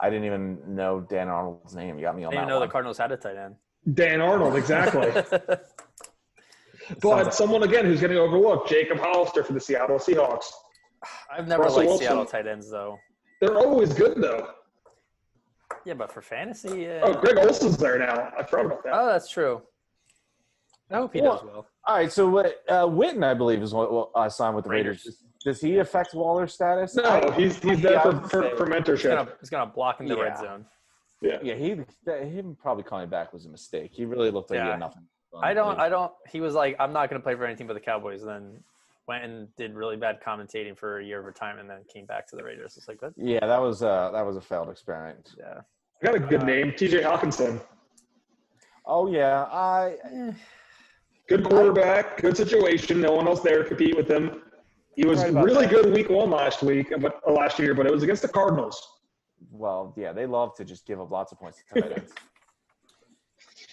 Speaker 2: I didn't even know Dan Arnold's name. You got me
Speaker 3: I
Speaker 2: on
Speaker 3: didn't even
Speaker 2: that
Speaker 3: know
Speaker 2: one.
Speaker 3: the Cardinals had a tight end.
Speaker 1: Dan Arnold, exactly.
Speaker 2: Sounds
Speaker 1: but
Speaker 2: like-
Speaker 1: someone again who's going to overlook Jacob Hollister for the Seattle Seahawks.
Speaker 3: I've never
Speaker 1: Russell
Speaker 3: liked
Speaker 1: Wilson.
Speaker 3: Seattle tight ends though.
Speaker 1: They're always good though.
Speaker 3: Yeah, but for fantasy, yeah.
Speaker 1: Oh, Greg Olson's there now. I forgot about that.
Speaker 3: Oh, that's true. I hope he does well.
Speaker 2: All right, so what? Uh, Witten, I believe, is what uh, signed with the Raiders.
Speaker 3: Raiders.
Speaker 2: Does he affect Waller's status?
Speaker 1: No, he's he's there
Speaker 2: Yeah, Oh, I
Speaker 1: for,
Speaker 2: would
Speaker 1: for, for
Speaker 2: say-
Speaker 3: He's gonna,
Speaker 1: mentorship.
Speaker 3: he's gonna block in the red
Speaker 2: Yeah.
Speaker 3: zone.
Speaker 1: Yeah.
Speaker 2: Yeah, he that, him probably coming back was a mistake. He really looked like he
Speaker 3: Yeah.
Speaker 2: had nothing.
Speaker 3: I don't. I don't. He was like, I'm not gonna play for anything but the Cowboys. And then went and did really bad commentating for a year of retirement, and then came back to the Raiders. It's like that.
Speaker 2: yeah, that was uh, that was a failed experiment.
Speaker 3: Yeah.
Speaker 1: I got a good name, T.J. Hawkinson.
Speaker 2: Oh yeah, I eh,
Speaker 1: Good quarterback, good situation. No one else there to compete with him. He was
Speaker 2: Right about
Speaker 1: really
Speaker 2: that.
Speaker 1: good week one last week, but uh, last year, but it was against the Cardinals.
Speaker 2: well yeah, they love to just give up lots of points to tight ends.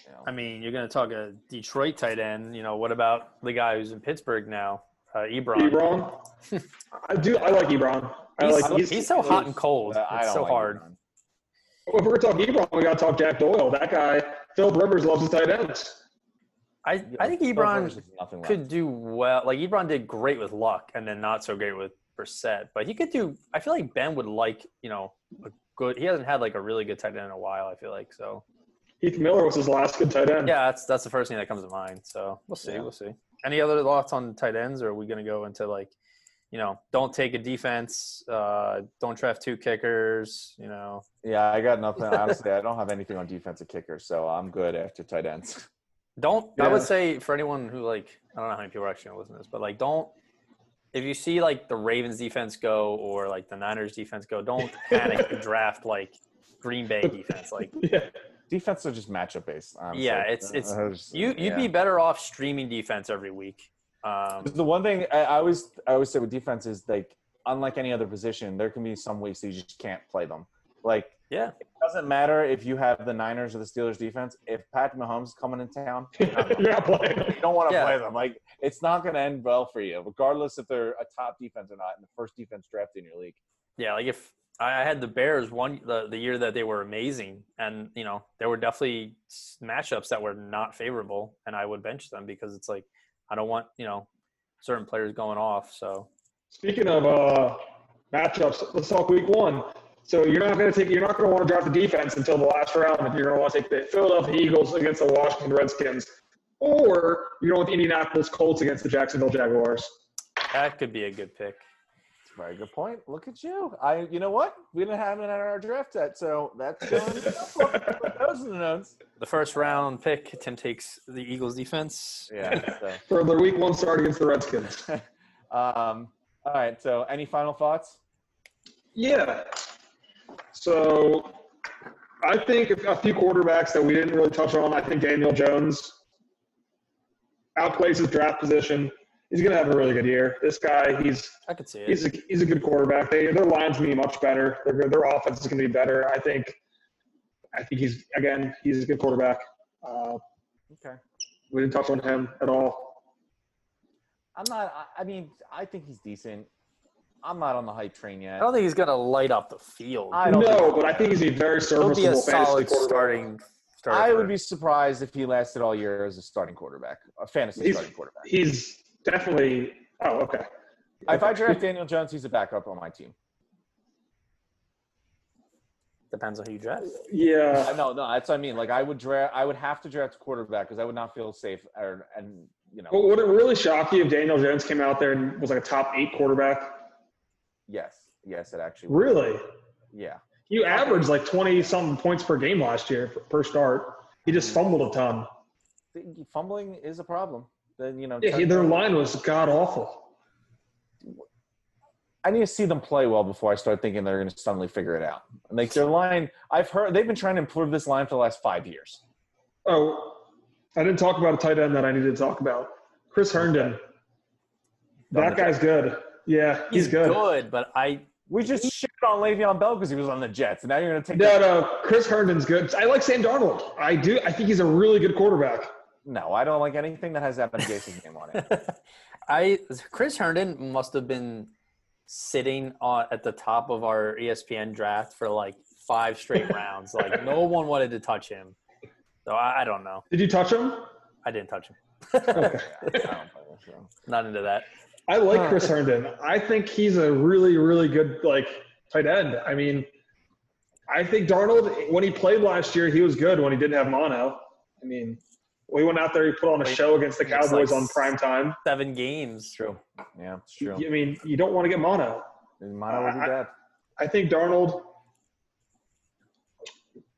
Speaker 2: You know.
Speaker 3: I mean, you're gonna talk a Detroit tight end. You know, what about the guy who's in Pittsburgh now, uh, Ebron?
Speaker 1: Ebron, I do. I like Ebron. I
Speaker 3: He's,
Speaker 1: like.
Speaker 3: he's, so hot and cold.
Speaker 2: But I
Speaker 3: It's
Speaker 2: don't
Speaker 3: so
Speaker 2: like
Speaker 3: hard.
Speaker 2: Ebron.
Speaker 1: If we're gonna talk Ebron, we gotta talk Jack Doyle. That guy, Phil Rivers loves his tight ends.
Speaker 3: I,
Speaker 2: Yeah,
Speaker 3: I think
Speaker 2: Phil
Speaker 3: Ebron
Speaker 2: Rivers is nothing left.
Speaker 3: could do well. Like Ebron did great with Luck, and then not so great with Brissett. But he could do. I feel like Ben would like you know a good. He hasn't had like a really good tight end in a while. I feel like so.
Speaker 1: Heath Miller was his last good tight end.
Speaker 3: Yeah, that's that's the first thing that comes to mind. So we'll see.
Speaker 2: Yeah.
Speaker 3: We'll see. Any other thoughts on tight ends? Or are we going to go into like, you know, don't take a defense, uh, don't draft two kickers. You know,
Speaker 2: Yeah, I got nothing. Honestly, I don't have anything on defensive kicker, so I'm good after tight ends.
Speaker 3: don't. I
Speaker 1: Yeah.
Speaker 3: would say for anyone who like, I don't know how many people are actually going to listen to this, but like, don't. If you see like the Ravens defense go or like the Niners defense go, don't panic and draft like Green Bay defense. Like
Speaker 1: yeah.
Speaker 2: Defense are just matchup based. honestly.
Speaker 3: Yeah, it's- it's-
Speaker 2: Uh, just-
Speaker 3: you, you'd
Speaker 2: yeah.
Speaker 3: be better off streaming defense every week. Um,
Speaker 2: The one thing I, I always I always say with defense is like unlike any other position, there can be some weeks that you just can't play them. Like
Speaker 3: yeah,
Speaker 2: it doesn't matter if you have the Niners or the Steelers defense. If Patrick Mahomes is coming in town,
Speaker 1: You're not playing.
Speaker 2: you don't want to
Speaker 3: Yeah.
Speaker 2: play them. Like it's not going to end well for you, regardless if they're a top defense or not, and the first defense drafted in your league.
Speaker 3: Yeah, like if I I had the Bears one the, the year that they were amazing, and you know there were definitely s- matchups that were not favorable, and I would bench them because it's like I don't want you know certain players going off. So
Speaker 1: Speaking of uh, matchups, let's talk week one. So you're not going to take, you're not going to want to draft the defense until the last round. If you're going to want to take the Philadelphia Eagles against the Washington Redskins, or you're going with the Indianapolis Colts against the Jacksonville Jaguars.
Speaker 3: that could be a good pick.
Speaker 2: It's a Very good point. Look at you. I, you know what? We didn't have it in our draft set, so that's going. that's what- those are the notes.
Speaker 3: The first round pick, Tim takes the Eagles defense.
Speaker 2: Yeah.
Speaker 1: For the week one start against the Redskins.
Speaker 2: So, um, all right. So, any final thoughts?
Speaker 1: Yeah. So I think a few quarterbacks that we didn't really touch on, I think Daniel Jones outplays his draft position. He's going to have a really good year. This guy, he's
Speaker 3: I could see it.
Speaker 1: he's a, he's a good quarterback. They, their line's going to be much better. Their, their offense is going to be better. I think. I think he's again. He's a good quarterback. Uh,
Speaker 2: Okay.
Speaker 1: we didn't touch on him at all.
Speaker 2: I'm not. I, I mean, I think he's decent. I'm not on the hype train yet.
Speaker 3: I don't think he's gonna light up the field.
Speaker 2: I don't
Speaker 1: no,
Speaker 2: think-
Speaker 1: but I think he's a very
Speaker 3: He'll
Speaker 1: serviceable
Speaker 3: be a
Speaker 1: fantasy
Speaker 3: solid
Speaker 1: quarterback.
Speaker 3: starting. starter
Speaker 2: I
Speaker 3: for-
Speaker 2: would be surprised if he lasted all year as a starting quarterback, a fantasy
Speaker 1: He's-
Speaker 2: starting quarterback.
Speaker 1: He's definitely. Oh, okay.
Speaker 2: If I draft Daniel Jones, he's a backup on my team.
Speaker 3: depends on who you draft.
Speaker 2: I
Speaker 3: Uh,
Speaker 1: Yeah.
Speaker 2: no, no, that's what I mean. Like I would draft, I would have to draft a quarterback because I would not feel safe. Or, and you know,
Speaker 1: Well, would it really shock you if Daniel Jones came out there and was like a top eight quarterback?
Speaker 2: yes, yes, it actually, would.
Speaker 1: Really?
Speaker 2: yeah.
Speaker 1: You averaged like 20 something points per game last year f- per start. He just fumbled a ton.
Speaker 2: Fumbling is a problem. Then you know,
Speaker 1: Yeah, he- their line was god awful.
Speaker 2: I need to see them play well before I start thinking they're going to suddenly figure it out. Like their line, I've heard they've been trying to improve this line for the last five years.
Speaker 1: Oh, I didn't talk about a tight end that I needed to talk about. Chris Herndon. That guy's good. Yeah, he's, good.
Speaker 3: but I
Speaker 2: We just shit on Le'Veon Bell because he was on the Jets, and now you're going to take
Speaker 1: Mm-hmm. No,
Speaker 2: that.
Speaker 1: no, Chris Herndon's good. I like Sam Darnold. I do. I think he's a really good quarterback.
Speaker 2: No, I don't like anything that has Adam Gase's name on it.
Speaker 3: I Chris Herndon must have been sitting on at the top of our E ESPN draft for like five straight rounds. Like no one wanted to touch him. So I, I don't know.
Speaker 1: Did you touch him?
Speaker 3: I didn't touch him.
Speaker 1: Okay.
Speaker 2: I don't know, so.
Speaker 3: Not into that.
Speaker 1: I like Chris Herndon. I think he's a really, really good like tight end. I mean, I think Darnold when he played last year, he was good when he didn't have mono. I mean, we went out there, he put on a
Speaker 3: Wait,
Speaker 1: show against the
Speaker 3: it's like
Speaker 1: Cowboys on
Speaker 3: s-
Speaker 1: prime time.
Speaker 3: Seven games.
Speaker 2: True. Yeah, it's true.
Speaker 1: I mean, you don't want to get mono.
Speaker 2: Mono would be
Speaker 1: I-
Speaker 2: bad.
Speaker 1: I think Darnold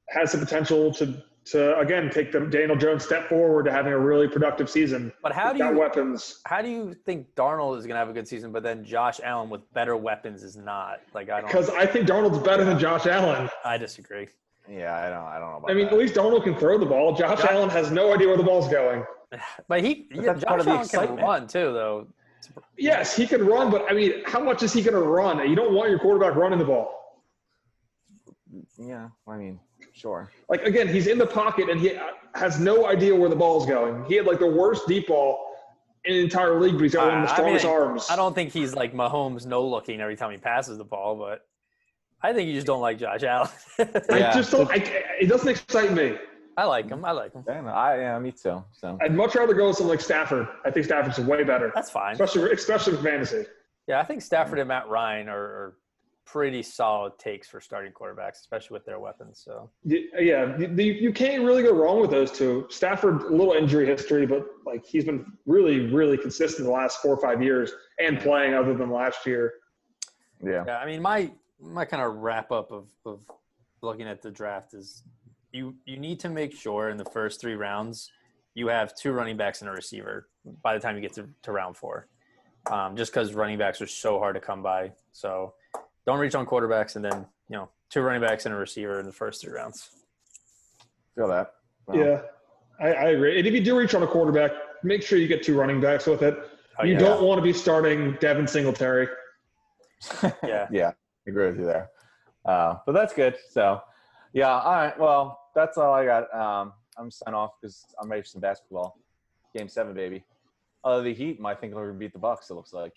Speaker 1: has the potential to to again take the Daniel Jones step forward to having a really productive season.
Speaker 3: But how do
Speaker 1: Got
Speaker 3: you
Speaker 1: weapons.
Speaker 3: how do you think Darnold is gonna have a good season, but then Josh Allen with better weapons is not? Like I don't
Speaker 1: Because I think Darnold's better than Josh Allen.
Speaker 3: I disagree.
Speaker 2: Yeah, I don't. I don't know about
Speaker 1: I mean,
Speaker 2: that.
Speaker 1: at least Darnold can throw the ball. Josh
Speaker 3: Yeah.
Speaker 1: Allen has no idea where the ball's going.
Speaker 3: But he yeah,
Speaker 2: that's part
Speaker 3: Josh
Speaker 2: of the
Speaker 3: Allen can
Speaker 2: excitement.
Speaker 3: run too though.
Speaker 1: Yes, he can run, but I mean, how much is he going to run? You don't want your quarterback running the ball.
Speaker 2: yeah, I mean, sure.
Speaker 1: Like again, he's in the pocket and he uh, has no idea where the ball's going. He had like the worst deep ball in the entire league, but he's got one of the
Speaker 3: I- I
Speaker 1: strongest
Speaker 3: mean,
Speaker 1: arms.
Speaker 3: I don't think he's like Mahomes no looking every time he passes the ball, but I think you just don't like Josh Allen.
Speaker 1: I
Speaker 2: Yeah.
Speaker 1: just don't. I, I- it doesn't excite me.
Speaker 3: I like him. I like him.
Speaker 2: Yeah, no, I yeah, me too. So
Speaker 1: I'd much rather go with someone like Stafford. I think Stafford's way better,
Speaker 3: That's fine.
Speaker 1: especially especially with fantasy.
Speaker 3: Yeah, I think Stafford and Matt Ryan are, are pretty solid takes for starting quarterbacks, especially with their weapons. So
Speaker 1: Y- Yeah, you, you can't really go wrong with those two. Stafford, a little injury history, but like he's been really, really consistent the last four or five years and playing other than last year.
Speaker 2: yeah,
Speaker 3: yeah, I mean my my kind of wrap up of, of looking at the draft is you you need to make sure in the first three rounds you have two running backs and a receiver by the time you get to, to round four. Um, just because running backs are so hard to come by. So don't reach on quarterbacks and then, you know, two running backs and a receiver in the first three rounds.
Speaker 2: feel that. Wow.
Speaker 1: Yeah, I, I agree. And if you do reach on a quarterback, make sure you get two running backs with it.
Speaker 3: Oh,
Speaker 1: you
Speaker 3: yeah.
Speaker 1: don't want to be starting Devin Singletary.
Speaker 3: Yeah.
Speaker 2: yeah, I agree with you there. Uh, but that's good. So, yeah, all right. Well, that's all I got. Um, I'm signing off because I'm ready for some basketball. Game seven, baby. Uh, the Heat, I think, are going to beat the Bucks. It looks like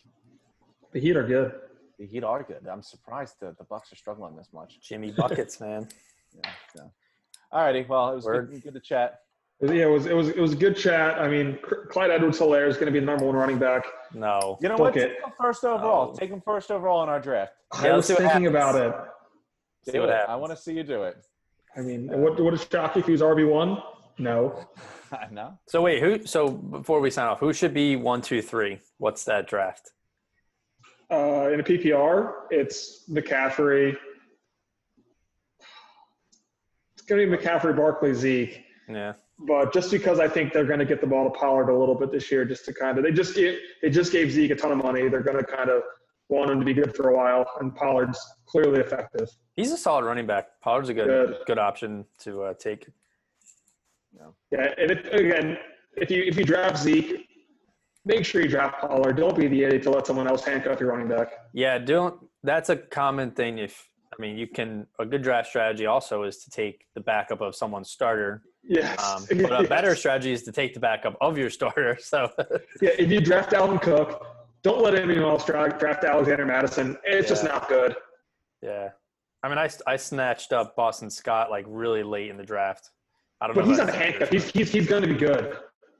Speaker 1: The Heat are good.
Speaker 2: the Heat are good. I'm surprised that the Bucks are struggling this much.
Speaker 3: Jimmy Buckets, man.
Speaker 2: Yeah, so. All righty. Well, it was good,
Speaker 3: Word.
Speaker 2: good to chat.
Speaker 1: Yeah, it was it was it was a good chat. I mean, C- Clyde Edwards-Helaire is going to be the number one running back.
Speaker 3: No.
Speaker 2: You know
Speaker 1: Book
Speaker 2: what?
Speaker 1: it.
Speaker 2: Take him first overall.
Speaker 3: Oh.
Speaker 2: Take him first overall in our draft.
Speaker 1: I
Speaker 3: Yeah,
Speaker 1: was
Speaker 3: let's see what
Speaker 1: thinking
Speaker 3: happens.
Speaker 1: about it.
Speaker 3: See
Speaker 2: Do
Speaker 3: what
Speaker 2: it. I
Speaker 3: happens.
Speaker 2: want to see you do it.
Speaker 1: I mean, what would it shock you if he was RB one? No.
Speaker 2: I know.
Speaker 3: So wait, who so before we sign off, who should be one, two, three? What's that draft?
Speaker 1: Uh, in a PPR, it's McCaffrey. It's going to be McCaffrey, Barkley, Zeke.
Speaker 3: Yeah.
Speaker 1: But just because I think they're going to get the ball to Pollard a little bit this year, just to kind of they just gave they just gave Zeke a ton of money. They're going to kind of want him to be good for a while, and Pollard's clearly effective.
Speaker 3: He's a solid running back. Pollard's a good
Speaker 1: Good.
Speaker 3: good, option to uh, take.
Speaker 1: Yeah, and if, again, if you if you draft Zeke, make sure you draft Pollard. Don't be the idiot to let someone else handcuff your running back.
Speaker 3: Yeah, don't that's a common thing if I mean you can a good draft strategy also is to take the backup of someone's starter.
Speaker 1: Yes,
Speaker 3: Um, but a better
Speaker 1: Yes.
Speaker 3: strategy is to take the backup of your starter. So
Speaker 1: Yeah, if you draft Alvin Cook, Don't let anyone else draft, draft Alexander Madison. It's just
Speaker 3: Yeah.
Speaker 1: not good.
Speaker 3: Yeah. I mean, I, I snatched up Boston Scott like really late in the draft. I don't
Speaker 1: But
Speaker 3: know.
Speaker 1: he's
Speaker 3: if
Speaker 1: not a
Speaker 3: that's-
Speaker 1: handcuff. He's, he's, he's going to be good.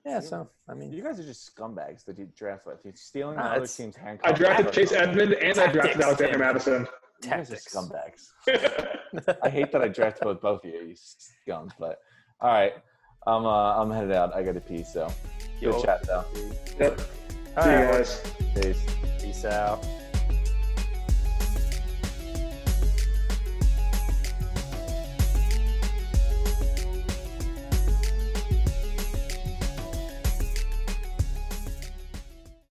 Speaker 3: yeah, so, I mean,
Speaker 2: You guys are just scumbags that you draft with. You're stealing
Speaker 3: Nah,
Speaker 2: the other
Speaker 3: Ah, it's-
Speaker 2: team's
Speaker 1: I
Speaker 2: handcuffs.
Speaker 1: drafted Chase Edmond and I drafted
Speaker 3: Tactics,
Speaker 1: Alexander
Speaker 3: Tim.
Speaker 1: Madison.
Speaker 2: You guys are
Speaker 3: tactics.
Speaker 2: scumbags. I hate that I drafted both both of you, you scums. But all right, I'm uh, I'm headed out. I got to pee. So good
Speaker 3: Yo.
Speaker 2: chat though.
Speaker 1: Yep. See you
Speaker 3: All right.
Speaker 1: guys.
Speaker 2: Peace.
Speaker 3: Peace out.